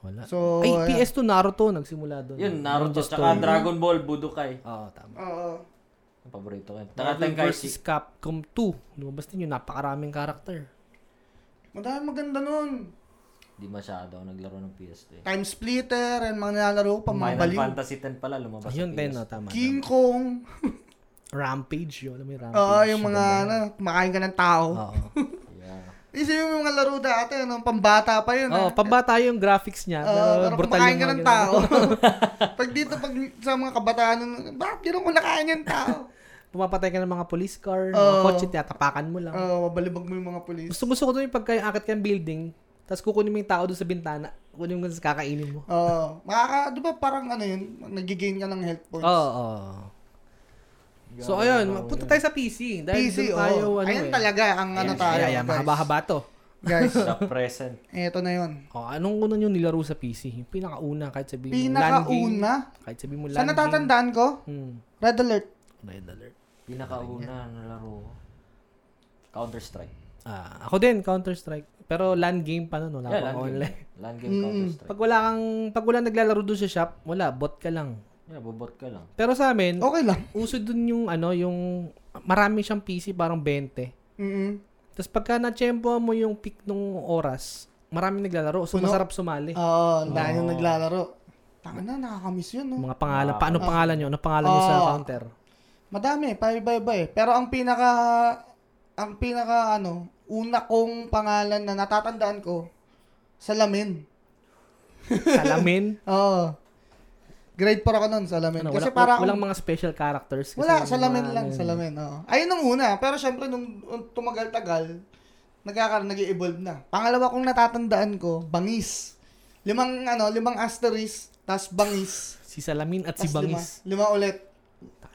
Speaker 3: Wala.
Speaker 2: So,
Speaker 3: Ay,
Speaker 2: ayan.
Speaker 3: PS2 Naruto. Nagsimula doon.
Speaker 1: Yun, Naruto.
Speaker 3: Ninja
Speaker 1: Tsaka
Speaker 3: Storm.
Speaker 1: Dragon Ball, Budokai.
Speaker 3: Oo, tama.
Speaker 2: Oo.
Speaker 1: Ang paborito ko yun. Tsaka
Speaker 3: Marvel
Speaker 1: Tenkaichi.
Speaker 3: vs. Capcom 2. Lumabas din yun. Napakaraming karakter.
Speaker 2: Madami maganda nun.
Speaker 1: Hindi masyado ako naglaro ng PS2. eh.
Speaker 2: Time Splitter, and mga nilalaro ko pa, mga
Speaker 1: Final
Speaker 2: baliw.
Speaker 1: Fantasy 10 pala, lumabas
Speaker 3: Ayun,
Speaker 1: sa
Speaker 3: din,
Speaker 1: PS.
Speaker 3: no, tama.
Speaker 2: King Kong.
Speaker 3: Rampage yun. Alam mo yung Rampage?
Speaker 2: Oo, Ah, yung mga, ano, kumakain ka ng tao.
Speaker 3: Oo.
Speaker 1: Yeah.
Speaker 2: Isipin mo yung mga laro dati, ano, pambata pa yun.
Speaker 3: Oo,
Speaker 2: ah.
Speaker 3: Oh, pabata yung graphics niya.
Speaker 2: Oo, pero Ah,
Speaker 3: brutal
Speaker 2: kumakain
Speaker 3: yung
Speaker 2: ka
Speaker 3: mga
Speaker 2: ng
Speaker 3: ginagawa.
Speaker 2: tao. pag dito, pag sa mga kabataan, nun, bakit yun ko nakain yung tao?
Speaker 3: Pumapatay ka ng mga police car, mga
Speaker 2: Oo.
Speaker 3: kotse, tinatapakan mo lang.
Speaker 2: Oo, mabalibag mo yung mga polis.
Speaker 3: Gusto gusto ko doon yung pagka akit ka ng building, tapos kukunin mo yung tao doon sa bintana, kunin mo sa kakainin mo.
Speaker 2: Oo, makaka, di ba parang ano yun, nagigain ka ng health
Speaker 3: Oo.
Speaker 2: points.
Speaker 3: oo. So ayun, punta tayo sa PC. Dahil
Speaker 2: PC,
Speaker 3: doon tayo
Speaker 2: oo.
Speaker 3: ano
Speaker 2: Ayun
Speaker 3: eh.
Speaker 2: talaga ang ano
Speaker 3: Ayan,
Speaker 2: tayo.
Speaker 3: ayan, ayan,
Speaker 2: guys.
Speaker 3: mahaba-haba to.
Speaker 2: Guys,
Speaker 1: The present.
Speaker 2: eto na yun.
Speaker 3: Oh, anong unang yung nilaro sa PC? Yung pinakauna kahit sabihin mo land game.
Speaker 2: Pinakauna.
Speaker 3: Kahit sabihin mo land
Speaker 2: Sa natatandaan ko,
Speaker 3: game. Hmm.
Speaker 2: Red Alert.
Speaker 3: Red alert.
Speaker 1: Pinakauna na laro ko. Counter-Strike.
Speaker 3: Ah, ako din Counter-Strike. Pero land game pa noon, wala
Speaker 1: Yeah,
Speaker 3: pang
Speaker 1: land
Speaker 3: online. Hmm.
Speaker 1: game. Land game Counter-Strike.
Speaker 3: Pag wala kang pag wala naglalaro doon sa shop, wala, bot ka lang.
Speaker 1: Yeah, bobot ka lang.
Speaker 3: Pero sa amin,
Speaker 2: Okay lang.
Speaker 3: uso dun yung ano, yung marami siyang PC, parang 20.
Speaker 2: Mm-mm.
Speaker 3: Tapos pagka na-tempo mo yung peak nung oras, marami naglalaro. So,
Speaker 2: Puno.
Speaker 3: masarap sumali.
Speaker 2: Oo, oh, ang dahil naglalaro. Tanga na, nakakamiss yun, no?
Speaker 3: Mga pangalan. Paano pangalan nyo? Ano pangalan nyo sa
Speaker 2: Ah.
Speaker 3: counter?
Speaker 2: Madami, paiba-iba eh. Pero ang pinaka, ang pinaka ano, una kong pangalan na natatandaan ko, Salamin.
Speaker 3: Salamin?
Speaker 2: Oo. Grade 4 ako nun, Salamin.
Speaker 3: ano,
Speaker 2: Kasi
Speaker 3: wala,
Speaker 2: para
Speaker 3: wala- walang
Speaker 2: akong-
Speaker 3: mga special characters. Kasi
Speaker 2: wala,
Speaker 3: yung
Speaker 2: Salamin
Speaker 3: mga
Speaker 2: lang,
Speaker 3: ano yun.
Speaker 2: Salamin. Oo. Ayun nung una, pero syempre nung nung tumagal-tagal, nagkakaroon, nag evolve na. Pangalawa kong natatandaan ko, Bangis. Limang, ano, limang asterisk, tas Bangis.
Speaker 3: Si Salamin at si
Speaker 2: tas
Speaker 3: Bangis.
Speaker 2: Lima, lima ulit.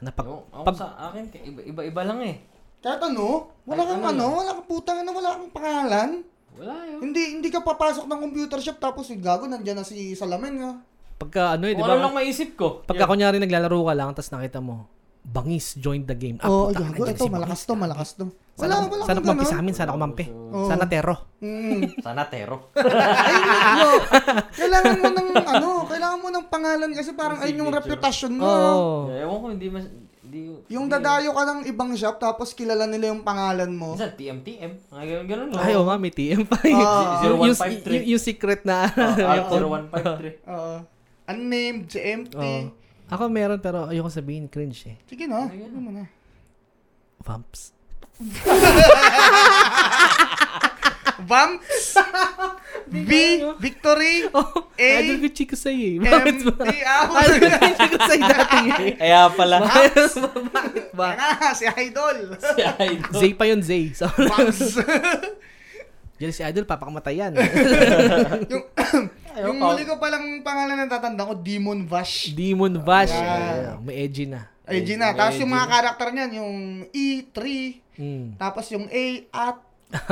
Speaker 3: Na pag,
Speaker 1: Yung- ako
Speaker 3: pag,
Speaker 1: sa akin, ka- iba- iba-iba lang eh.
Speaker 2: Kaya no, wala
Speaker 1: Ay,
Speaker 2: kang
Speaker 1: ano
Speaker 2: ano, wala kang putang ano, wala kang pangalan.
Speaker 1: Wala yun.
Speaker 2: Hindi hindi ka papasok ng computer shop tapos yung gago nandiyan na si Salamin ah." nga.
Speaker 3: pagka ano eh, di
Speaker 1: Kung ano
Speaker 3: ba?
Speaker 1: lang maisip ko.
Speaker 3: Pagka kunyari naglalaro ka lang, tapos nakita mo, Bangis joined the game. Ah,
Speaker 2: Oo, oh,
Speaker 3: puta,
Speaker 2: gago,
Speaker 3: nandiyan
Speaker 2: ito
Speaker 3: si Bangis.
Speaker 2: malakas to, malakas to.
Speaker 3: Sana,
Speaker 2: Wala wala
Speaker 3: sana
Speaker 2: kang
Speaker 3: kumampi sa
Speaker 2: ganun.
Speaker 3: amin, sana kumampi.
Speaker 2: Oo.
Speaker 3: Sana tero.
Speaker 2: Mm.
Speaker 1: Sana tero.
Speaker 2: Ay, no. Kailangan mo ng ano, kailangan mo ng pangalan kasi parang ayun yung
Speaker 1: Signature.
Speaker 2: reputation mo.
Speaker 3: Oo.
Speaker 1: Yeah, Ewan ko, hindi mas... Hindi,
Speaker 2: Yung
Speaker 1: hindi-
Speaker 2: dadayo ka ng ibang shop tapos kilala nila yung pangalan mo.
Speaker 1: Minsan, TM-TM. Mga ganun, ganun. no?
Speaker 3: Ay, oo nga, may TM pa.
Speaker 2: Ah.
Speaker 3: Yung- yung,
Speaker 1: 0153.
Speaker 3: yung- yung secret na.
Speaker 1: Ah,
Speaker 3: yung
Speaker 1: ah,
Speaker 3: code.
Speaker 1: 0153.
Speaker 2: Oo. unnamed, empty.
Speaker 3: Oo. Ako meron pero ayoko sabihin cringe eh.
Speaker 2: Sige na, ano mo na.
Speaker 3: Vamps.
Speaker 2: Vamps. V, Victory. ah, A,
Speaker 3: Idol ko chico sa'yo eh. Bakit
Speaker 2: M,
Speaker 3: ba?
Speaker 2: T, out.
Speaker 3: Idol ko chico sa'yo dati eh.
Speaker 1: Kaya pala.
Speaker 3: Bakit ba? Bakit ba?
Speaker 2: Ah, si Idol.
Speaker 1: si Idol.
Speaker 3: Zay pa yun, Zay. So,
Speaker 2: Vamps.
Speaker 3: Diyan si Idol, papakamatay yan.
Speaker 2: yung
Speaker 1: pa.
Speaker 2: muli ko palang pangalan na tatanda ko, Demon Vash.
Speaker 3: Demon Vash.
Speaker 2: Yeah.
Speaker 3: May edgy na.
Speaker 2: Ay,
Speaker 1: Ay,
Speaker 2: Gina.
Speaker 1: ay,
Speaker 2: Tapos yung mga
Speaker 1: Gina.
Speaker 2: karakter niyan, yung E E3,
Speaker 3: Mm.
Speaker 2: tapos yung A at,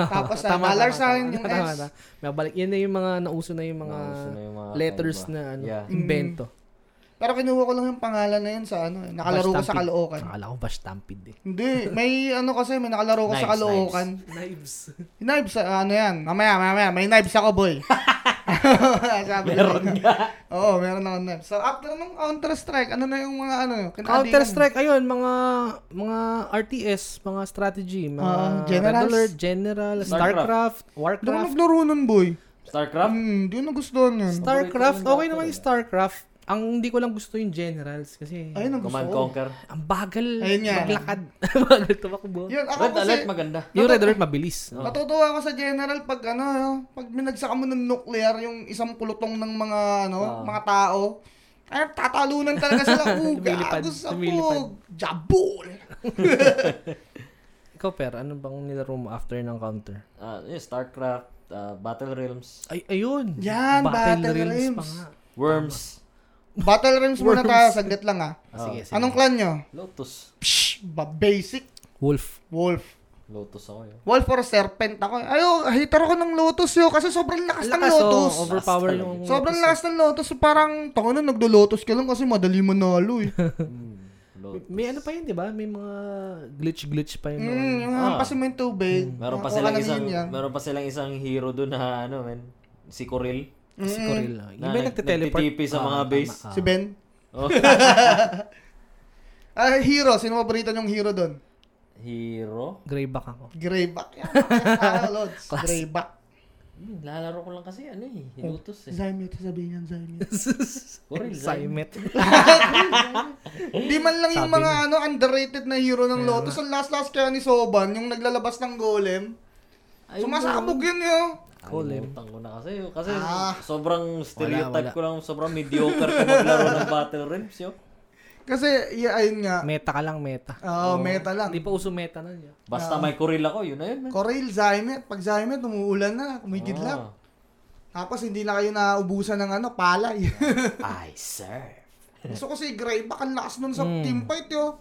Speaker 2: tapos ah,
Speaker 3: Tama,
Speaker 2: dollar
Speaker 3: tama,
Speaker 2: sign,
Speaker 3: tama,
Speaker 2: yung
Speaker 3: tama,
Speaker 2: S.
Speaker 3: tama. May balik. Yan na yung mga nauso na yung mga,
Speaker 1: Nauso na yung mga
Speaker 3: letters
Speaker 1: kaiba.
Speaker 3: na ano,
Speaker 1: Yeah.
Speaker 2: Mm.
Speaker 3: invento.
Speaker 2: Pero kinuha ko lang yung pangalan na yun sa ano. eh. Nakalaro ko sa Caloocan.
Speaker 3: Nakala ko Vash Stampede eh.
Speaker 2: Hindi, may ano kasi, may nakalaro ko sa
Speaker 1: Knives,
Speaker 2: Caloocan.
Speaker 3: Knives.
Speaker 2: Knives, ah, ano yan? Mamaya, mamaya, may knives ako, boy. Sabi meron ka? Oo, meron akong knives. So, after nung Counter-Strike, ano na yung mga ano?
Speaker 3: Counter Strike ayun mga mga RTS, mga strategy, mga
Speaker 2: Ah, generals.
Speaker 3: Red Alert, General, StarCraft,
Speaker 2: Hindi ako
Speaker 3: Warcraft.
Speaker 2: naglaro nun, boy.
Speaker 1: Starcraft?
Speaker 2: Hmm, di ko nagustuhan yun.
Speaker 3: StarCraft,
Speaker 1: Paborito ko
Speaker 3: okay
Speaker 1: yung
Speaker 3: naman yung StarCraft. Ang hindi ko lang gusto yung Generals kasi
Speaker 2: Ayun,
Speaker 1: Command
Speaker 3: Mm.
Speaker 1: Conquer.
Speaker 2: nagustuhan.
Speaker 3: ang bagal
Speaker 2: Ayun nga.
Speaker 3: maglakad. bagal tumakbo.
Speaker 2: Yun, ako
Speaker 1: Red
Speaker 2: kasi,
Speaker 1: Alert maganda.
Speaker 3: Yung Red Alert mabilis. no?
Speaker 2: natutuwa ako sa general pag ano, no, pag binagsaka mo ng nuclear, yung isang pulutong ng mga,
Speaker 1: Ah.
Speaker 2: ano, mga tao, ay, tatalunan talaga sila. Oh,
Speaker 3: Lumilipad,
Speaker 2: gago sa
Speaker 3: lumilipad.
Speaker 2: pog. Jabul.
Speaker 3: Ikaw per, ano bang nilaro mo after ng counter?
Speaker 1: Ah, yun, StarCraft, ah, Battle Realms,
Speaker 3: Ay, ayun.
Speaker 2: Yan, Battle Realms.
Speaker 3: pa nga.
Speaker 1: Worms,
Speaker 2: Battle Realms muna
Speaker 3: Worms.
Speaker 2: tayo, saglit lang ah.
Speaker 3: Ah, sige, sige.
Speaker 2: Anong clan nyo?
Speaker 1: Lotus.
Speaker 2: Psh, ba- basic.
Speaker 3: Wolf.
Speaker 2: Wolf.
Speaker 1: Lotus ako yun.
Speaker 2: Wolf or serpent ako. Ayo, hater ako ng Lotus yo kasi sobrang lakas ng
Speaker 3: oh,
Speaker 2: Lotus.
Speaker 3: overpower
Speaker 1: Lakas
Speaker 3: yung
Speaker 2: sobrang lakas ng Lotus. So, parang, tango na, nagdo-Lotus ka lang kasi madali manalo eh.
Speaker 1: Lotus.
Speaker 3: May ano pa yun, di ba? May mga glitch-glitch pa yun.
Speaker 2: mm, yung
Speaker 1: Ah.
Speaker 2: hampas mo yung tubig.
Speaker 1: Meron pa
Speaker 2: Nakuha
Speaker 1: silang
Speaker 2: ka ng
Speaker 1: isang
Speaker 2: yun yan.
Speaker 1: meron pa silang isang hero doon na ano men, si Coril.
Speaker 3: Si Coril. Yung
Speaker 1: Na
Speaker 3: ba
Speaker 1: nag-
Speaker 3: nagte-teleport?
Speaker 1: nagtitipi sa
Speaker 3: Ah,
Speaker 1: mga
Speaker 3: tama,
Speaker 1: base.
Speaker 3: ah.
Speaker 2: Si Ben.
Speaker 1: Oh.
Speaker 2: Ah, hero. Sino paborito niyong hero doon?
Speaker 1: hero?
Speaker 3: Greyback ako.
Speaker 2: Greyback. Yan. Ah, Lods.
Speaker 3: Classic.
Speaker 2: Greyback.
Speaker 1: Hmm, lalaro ko lang kasi ano eh, Lotus eh.
Speaker 2: Zymia, ito sabihin yan, Zymia.
Speaker 1: Coril.
Speaker 3: Simon.
Speaker 2: Di man lang yung
Speaker 3: Sabi
Speaker 2: mga ano underrated na hero ng Lotus. Ang last-last kaya ni Soban, yung naglalabas ng golem. Sumasabog yun yun.
Speaker 1: Golem. ko na kasi yun. Kasi
Speaker 2: Ah.
Speaker 1: sobrang
Speaker 3: Wala,
Speaker 1: stereotype
Speaker 3: wala.
Speaker 1: ko lang, sobrang mediocre ko maglaro ng Battle Realms yun.
Speaker 2: Kasi, yeah, ayun nga.
Speaker 3: meta ka lang, meta.
Speaker 2: Oo, meta lang.
Speaker 3: Hindi pa uso meta na yun.
Speaker 2: Ah.
Speaker 1: Basta may Coril ako, yun na yun. men.
Speaker 2: Corel, Zymet. Pag Zymet, umuulan na. Kumigid
Speaker 3: Oh.
Speaker 2: lang.
Speaker 1: Ah.
Speaker 2: Tapos, hindi na kayo naubusan ng ano, palay.
Speaker 1: I serve.
Speaker 3: Hmm.
Speaker 2: Gusto ko si Greyback, ang lakas nun sa team fight, yo.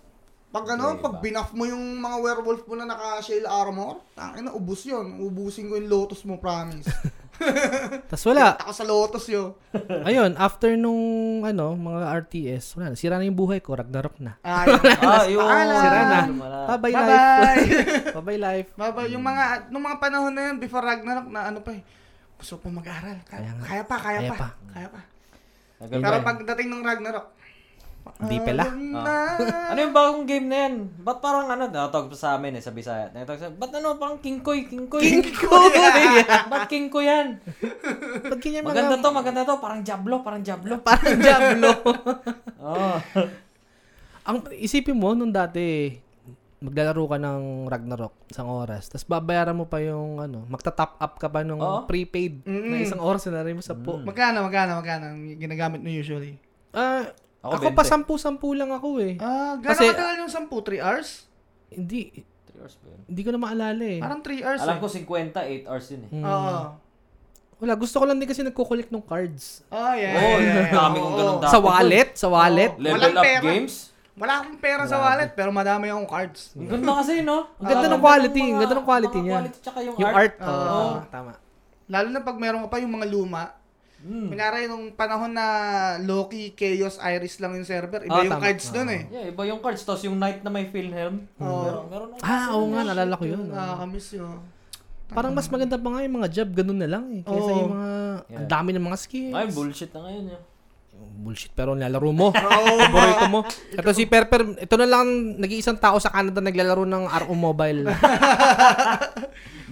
Speaker 2: Pag ano, pag binuff mo yung mga werewolf mo na naka-shell armor, tangin na, ubus yun. Ubusin ko yung lotus mo, promise.
Speaker 3: Tapos wala.
Speaker 2: Ako sa lotus yun.
Speaker 3: Ayun, after nung ano, mga RTS, wala na. Sira na yung buhay ko, Ragnarok na.
Speaker 2: Ay,
Speaker 1: Ah, yun.
Speaker 2: Paalam.
Speaker 3: Sira na.
Speaker 1: Wala.
Speaker 3: Bye-bye life.
Speaker 2: Bye-bye!
Speaker 3: Bye-bye life.
Speaker 2: Baba, yung mga, nung mga panahon na yun, before Ragnarok, na ano pa eh, gusto pa mag-aral. Kaya,
Speaker 3: Kaya nga.
Speaker 2: kaya pa, kaya,
Speaker 3: Kaya
Speaker 2: pa,
Speaker 3: pa.
Speaker 2: Kaya pa.
Speaker 1: Tagal
Speaker 2: Pero
Speaker 1: ba?
Speaker 2: pagdating ng Ragnarok,
Speaker 3: Di pala.
Speaker 2: alam na.
Speaker 1: Ano yung bagong game na yan? Ba't parang ano, natawag pa sa amin eh, sa Bisaya. Natawag sa, ba't ano, parang Kingkoy, Kingkoy. Kingkoy! ba't Kingkoy yan?
Speaker 2: Ah,
Speaker 3: Pag ganyan mga
Speaker 1: Maganda to, maganda to. Parang Diablo, parang Oh. Diablo.
Speaker 3: parang Diablo.
Speaker 1: Oo.
Speaker 3: Ang isipin mo nung dati, maglalaro ka ng Ragnarok isang oras, tapos babayaran mo pa yung ano, magta-top up ka pa nung
Speaker 1: Oo. Mm.
Speaker 3: prepaid na isang oras na rin mo sa po.
Speaker 2: Magkano, magkano, magkano ang ginagamit nyo usually?
Speaker 3: Ah,
Speaker 1: Ako,
Speaker 3: ako, pa
Speaker 1: 20.
Speaker 3: sampu-sampu lang ako eh.
Speaker 2: Ah, gano'ng
Speaker 3: Kasi-
Speaker 2: katagal yung 10, 3 hours?
Speaker 3: Hindi,
Speaker 1: Three hours ba yun?
Speaker 3: hindi ko na maalala eh.
Speaker 2: Parang 3 hours
Speaker 1: Alam
Speaker 2: eh.
Speaker 1: ko 50, 8 hours yun eh.
Speaker 2: Oo.
Speaker 3: Wala, gusto ko lang din kasi nagko-collect ng cards.
Speaker 2: Oh, yeah.
Speaker 1: Oo,
Speaker 2: yeah, yeah, yeah.
Speaker 1: dami kong
Speaker 2: Oo.
Speaker 1: ganun dati.
Speaker 3: Sa wallet, sa wallet.
Speaker 2: Oo.
Speaker 1: Level
Speaker 2: Walang
Speaker 1: up
Speaker 2: pera.
Speaker 1: games?
Speaker 2: Wala akong pera sa wallet, pero madami akong cards.
Speaker 1: Ang ganda kasi, no?
Speaker 3: Ang ganda ng quality, ang ganda ng quality niya.
Speaker 1: Quality, tsaka yung,
Speaker 3: Yung
Speaker 1: art.
Speaker 3: art. Oo,
Speaker 2: Oo.
Speaker 3: tama.
Speaker 2: Lalo na pag meron ka pa yung mga luma.
Speaker 1: Mm.
Speaker 2: Kunyari, nung panahon na Loki, Chaos, Iris lang yung server, iba
Speaker 3: Ah,
Speaker 2: yung
Speaker 3: tama.
Speaker 2: cards dun eh.
Speaker 1: Yeah, iba yung cards. Tapos yung knight na may Philhelm.
Speaker 2: Oo.
Speaker 1: Meron, meron ako.
Speaker 3: Ah, oo nga, naalala ko yun.
Speaker 1: Ah.
Speaker 3: oo.
Speaker 2: Nakakamiss yun.
Speaker 3: Parang mas maganda pa nga yung mga job, ganun na lang eh. Kaysa
Speaker 2: Oo.
Speaker 3: yung mga, ang dami ng mga skills.
Speaker 1: Ay, bullshit na ngayon yun.
Speaker 3: Bullshit, pero nilalaro mo.
Speaker 2: Oo,
Speaker 3: Paborito mo. Ito si Perper, ito na lang nag-iisang tao sa Canada naglalaro ng RO Mobile.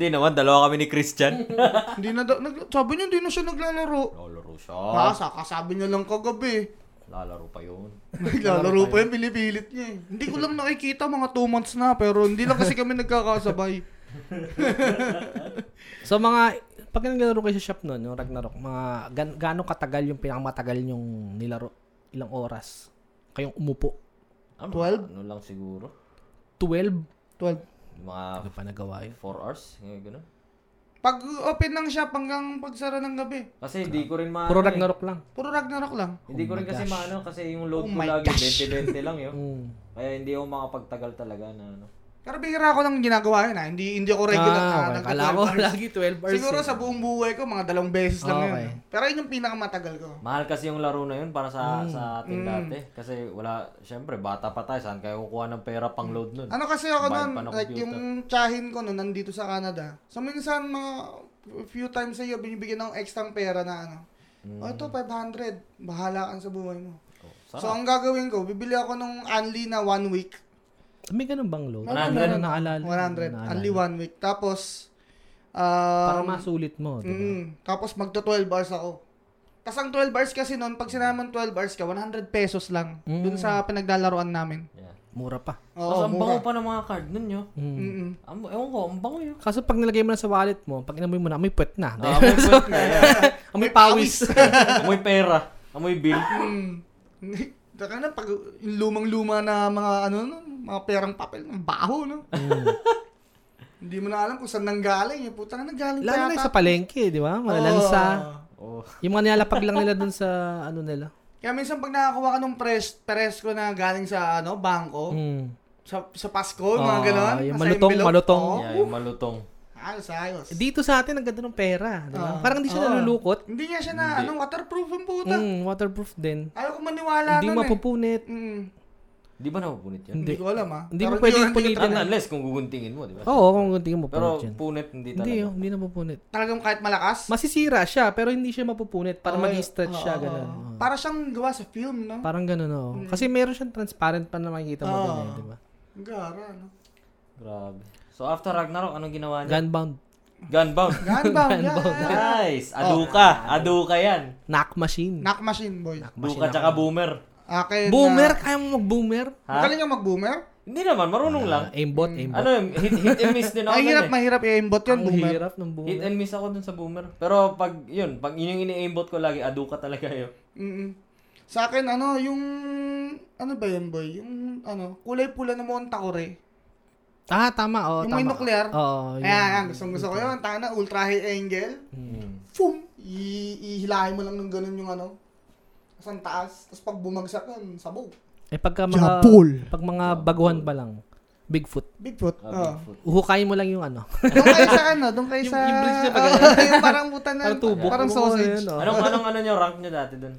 Speaker 1: Hindi naman, dalawa kami ni Christian.
Speaker 2: hindi na daw, nag, sabi niya hindi na siya naglalaro.
Speaker 1: Lalaro siya.
Speaker 2: Ah, sa kasabi niya lang kagabi.
Speaker 1: Lalaro pa yun.
Speaker 2: Naglalaro pa yun, pinipilit niya eh. Hindi ko lang nakikita mga 2 months na, pero hindi lang kasi kami nagkakasabay.
Speaker 3: so mga, pag naglalaro kayo sa shop nun, yung Ragnarok, mga gan- gaano katagal yung pinakamatagal yung nilaro? Ilang oras? Kayong umupo?
Speaker 1: Ano,
Speaker 2: 12?
Speaker 1: Ano lang siguro.
Speaker 3: 12?
Speaker 2: 12.
Speaker 1: Yung Mga
Speaker 3: Ano pa nagawa yun?
Speaker 1: 4 hours. Yung ganun.
Speaker 2: Pag open ng shop hanggang pagsara ng gabi,
Speaker 1: Kasi hindi ko rin maano.
Speaker 3: Puro
Speaker 1: eh.
Speaker 3: Ragnarok lang.
Speaker 2: puro Ragnarok lang.
Speaker 1: Hindi ko rin kasi maano kasi yung load
Speaker 2: Oh
Speaker 1: ko
Speaker 2: my
Speaker 1: lagi
Speaker 2: gosh.
Speaker 1: 20-20 lang yun.
Speaker 3: Mm.
Speaker 1: Kaya hindi ako makapagtagal talaga na ano.
Speaker 2: Pero bihira ko lang ginagawa yun ah. Hindi, hindi ako regular
Speaker 3: ah, okay.
Speaker 2: na
Speaker 3: Kala
Speaker 2: nagka-12
Speaker 3: ko
Speaker 2: hours.
Speaker 3: lagi 12 hours. eh.
Speaker 2: Siguro sa buong buhay ko, mga dalawang beses lang
Speaker 3: Okay.
Speaker 2: yun. Pero yun yung pinakamatagal ko.
Speaker 1: Mahal kasi yung laro na yun para sa
Speaker 2: Mm.
Speaker 1: sa ating dati. Kasi wala, syempre bata pa tayo. Saan kayo kukuha ng pera pang load nun?
Speaker 2: Ano kasi ako
Speaker 1: Bayad
Speaker 2: nun,
Speaker 1: pa ng
Speaker 2: like
Speaker 1: computer.
Speaker 2: yung tsahin ko nun, nandito sa Canada. So minsan mga few times sa iyo, binibigyan ng extra pera na ano.
Speaker 3: Hmm.
Speaker 2: O ito, 500. Bahala ka sa buhay mo.
Speaker 1: Oh,
Speaker 2: So
Speaker 1: sarap.
Speaker 2: ang gagawin ko, bibili ako nung only na one week.
Speaker 3: May ganun bang load?
Speaker 1: Meron,
Speaker 3: Hindi
Speaker 1: meron.
Speaker 3: na naalala.
Speaker 2: 100.
Speaker 3: Naalala.
Speaker 2: Only one week. Tapos,
Speaker 3: Para
Speaker 2: um,
Speaker 3: masulit mo, diba?
Speaker 2: mm, tapos magto 12 hours ako. Tapos ang 12 hours kasi nun, pag sinaman 12 hours ka, 100 pesos lang. Dun
Speaker 3: Mm.
Speaker 2: sa pinaglalaroan namin.
Speaker 1: Yeah.
Speaker 3: Mura pa.
Speaker 1: Tapos
Speaker 2: Oo,
Speaker 1: ang bango
Speaker 2: mura.
Speaker 1: pa ng mga card nun yun.
Speaker 3: Mm.
Speaker 2: Mm-mm.
Speaker 1: Ang, ewan ko, ang bango yun.
Speaker 3: Kaso pag nilagay mo na sa wallet mo, pag inamoy mo na, amoy puwet na.
Speaker 1: Ah, amoy puwet na,
Speaker 3: amoy pawis.
Speaker 1: Amoy pera. Amoy bill.
Speaker 2: Hindi. Taka Mm. na, pag yung lumang-luma na mga ano, no, mga perang papel, ang baho, no?
Speaker 3: Mm.
Speaker 2: Hindi mo na alam kung saan nanggaling. Eh. Puta ka, nanggaling
Speaker 3: Lalo na
Speaker 2: yata.
Speaker 3: yung sa palengke, di ba? Malalansa.
Speaker 1: Oh.
Speaker 3: Yung mga nilalapag lang nila dun sa ano nila.
Speaker 2: Kaya minsan pag nakakuha ka ng pres, presko na galing sa ano, bangko,
Speaker 3: Mm.
Speaker 2: sa, sa Pasko, yung mga
Speaker 3: Ah,
Speaker 2: ganon.
Speaker 3: yung
Speaker 2: nasa
Speaker 3: malutong,
Speaker 2: envelope,
Speaker 3: malutong.
Speaker 2: oo.
Speaker 1: Yeah, yung malutong.
Speaker 2: Ayos, ayos.
Speaker 3: Dito sa atin, ang ganda ng pera. Di ba?
Speaker 2: Ah.
Speaker 3: Parang hindi siya
Speaker 2: Oo.
Speaker 3: nalulukot.
Speaker 2: Hindi nga siya na, ano, waterproof ang puta.
Speaker 3: Mm, waterproof din.
Speaker 2: Ayaw ko maniwala
Speaker 3: Hindi
Speaker 2: nun eh.
Speaker 3: mapupunit.
Speaker 2: Mm,
Speaker 1: Di ba napupunit yan?
Speaker 2: hindi
Speaker 3: Hindi.
Speaker 2: ko alam ah.
Speaker 3: Hindi
Speaker 2: Pero
Speaker 3: mo pwedeng
Speaker 2: yun- yun
Speaker 3: punitin
Speaker 2: talaga-
Speaker 1: Un- unless kung guguntingin mo, di ba?
Speaker 3: Oo, kung hindi mo
Speaker 1: Pero
Speaker 3: mapupunit yan.
Speaker 1: punit hindi talaga.
Speaker 3: Oh. Hindi, oh, hindi napupunit.
Speaker 2: Talagang kahit malakas.
Speaker 3: Masisira siya, pero hindi siya mapupunit.
Speaker 2: Oo,
Speaker 3: Para mag-stretch
Speaker 2: oo,
Speaker 3: siya,
Speaker 2: oo. Mm.
Speaker 3: ganun. Oo.
Speaker 2: Para siyang gawa sa film, no?
Speaker 3: Parang ganun, oo. Kasi meron siyang transparent pa na makikita mo dun, eh, di ba?
Speaker 2: Ang Gara, no?
Speaker 1: Grabe. So after Ragnarok, anong ginawa niya?
Speaker 3: Gunbound.
Speaker 1: Gunbound.
Speaker 2: Gunbound, yeah.
Speaker 3: Oh.
Speaker 1: nice! Aduka. Aduka yan.
Speaker 3: Knock machine.
Speaker 2: Knock machine, boy.
Speaker 1: Duka tsaka boomer.
Speaker 2: Akin,
Speaker 3: Boomer? Kaya mo mag-boomer?
Speaker 2: Uh, magaling ka mag-boomer?
Speaker 1: Hindi naman, marunong lang.
Speaker 3: Ah, aimbot, aimbot.
Speaker 1: Ano, hit, hit and miss
Speaker 3: Ano
Speaker 1: din ako. dun
Speaker 2: Mahirap,
Speaker 1: eh.
Speaker 2: mahirap i-aimbot Mm. yun,
Speaker 3: Ang
Speaker 2: boomer.
Speaker 3: hirap ng boomer.
Speaker 1: Hit and miss ako dun sa boomer. Pero pag, yun, pag yun yung ini-aimbot ko lagi, aduka talaga yun.
Speaker 2: Mm-mm. Sa akin, ano, yung... Ano ba yun, boy? Yung, ano, kulay pula na monta ko, re.
Speaker 3: Ah, tama. Oh,
Speaker 2: Yung
Speaker 3: tama.
Speaker 2: may nuclear.
Speaker 3: Oo.
Speaker 2: Ayan,
Speaker 3: Oh, yun.
Speaker 2: ayan, gustong gusto ko yun. Taka na, ultra high angle.
Speaker 3: Hmm.
Speaker 2: Fum! I- ihilahin mo lang ng ganun yung ano. Sa taas. Tapos pag bumagsak yun, sabog.
Speaker 3: Eh pagka mga
Speaker 2: Japol.
Speaker 3: pag mga baguhan pa lang, Bigfoot.
Speaker 2: Bigfoot.
Speaker 1: Ah,
Speaker 2: Oh.
Speaker 1: Bigfoot.
Speaker 3: Huhukayin mo lang yung ano.
Speaker 2: Doon kayo sa ano, doon kayo
Speaker 3: Yung-
Speaker 2: sa...
Speaker 3: yung bridge na
Speaker 2: Oo,
Speaker 3: pagano.
Speaker 2: yung parang buta na,
Speaker 3: Parang tubo.
Speaker 2: parang
Speaker 3: Oo,
Speaker 2: sausage.
Speaker 3: yun, oh.
Speaker 1: Anong, anong ano nyo, rank nyo dati dun?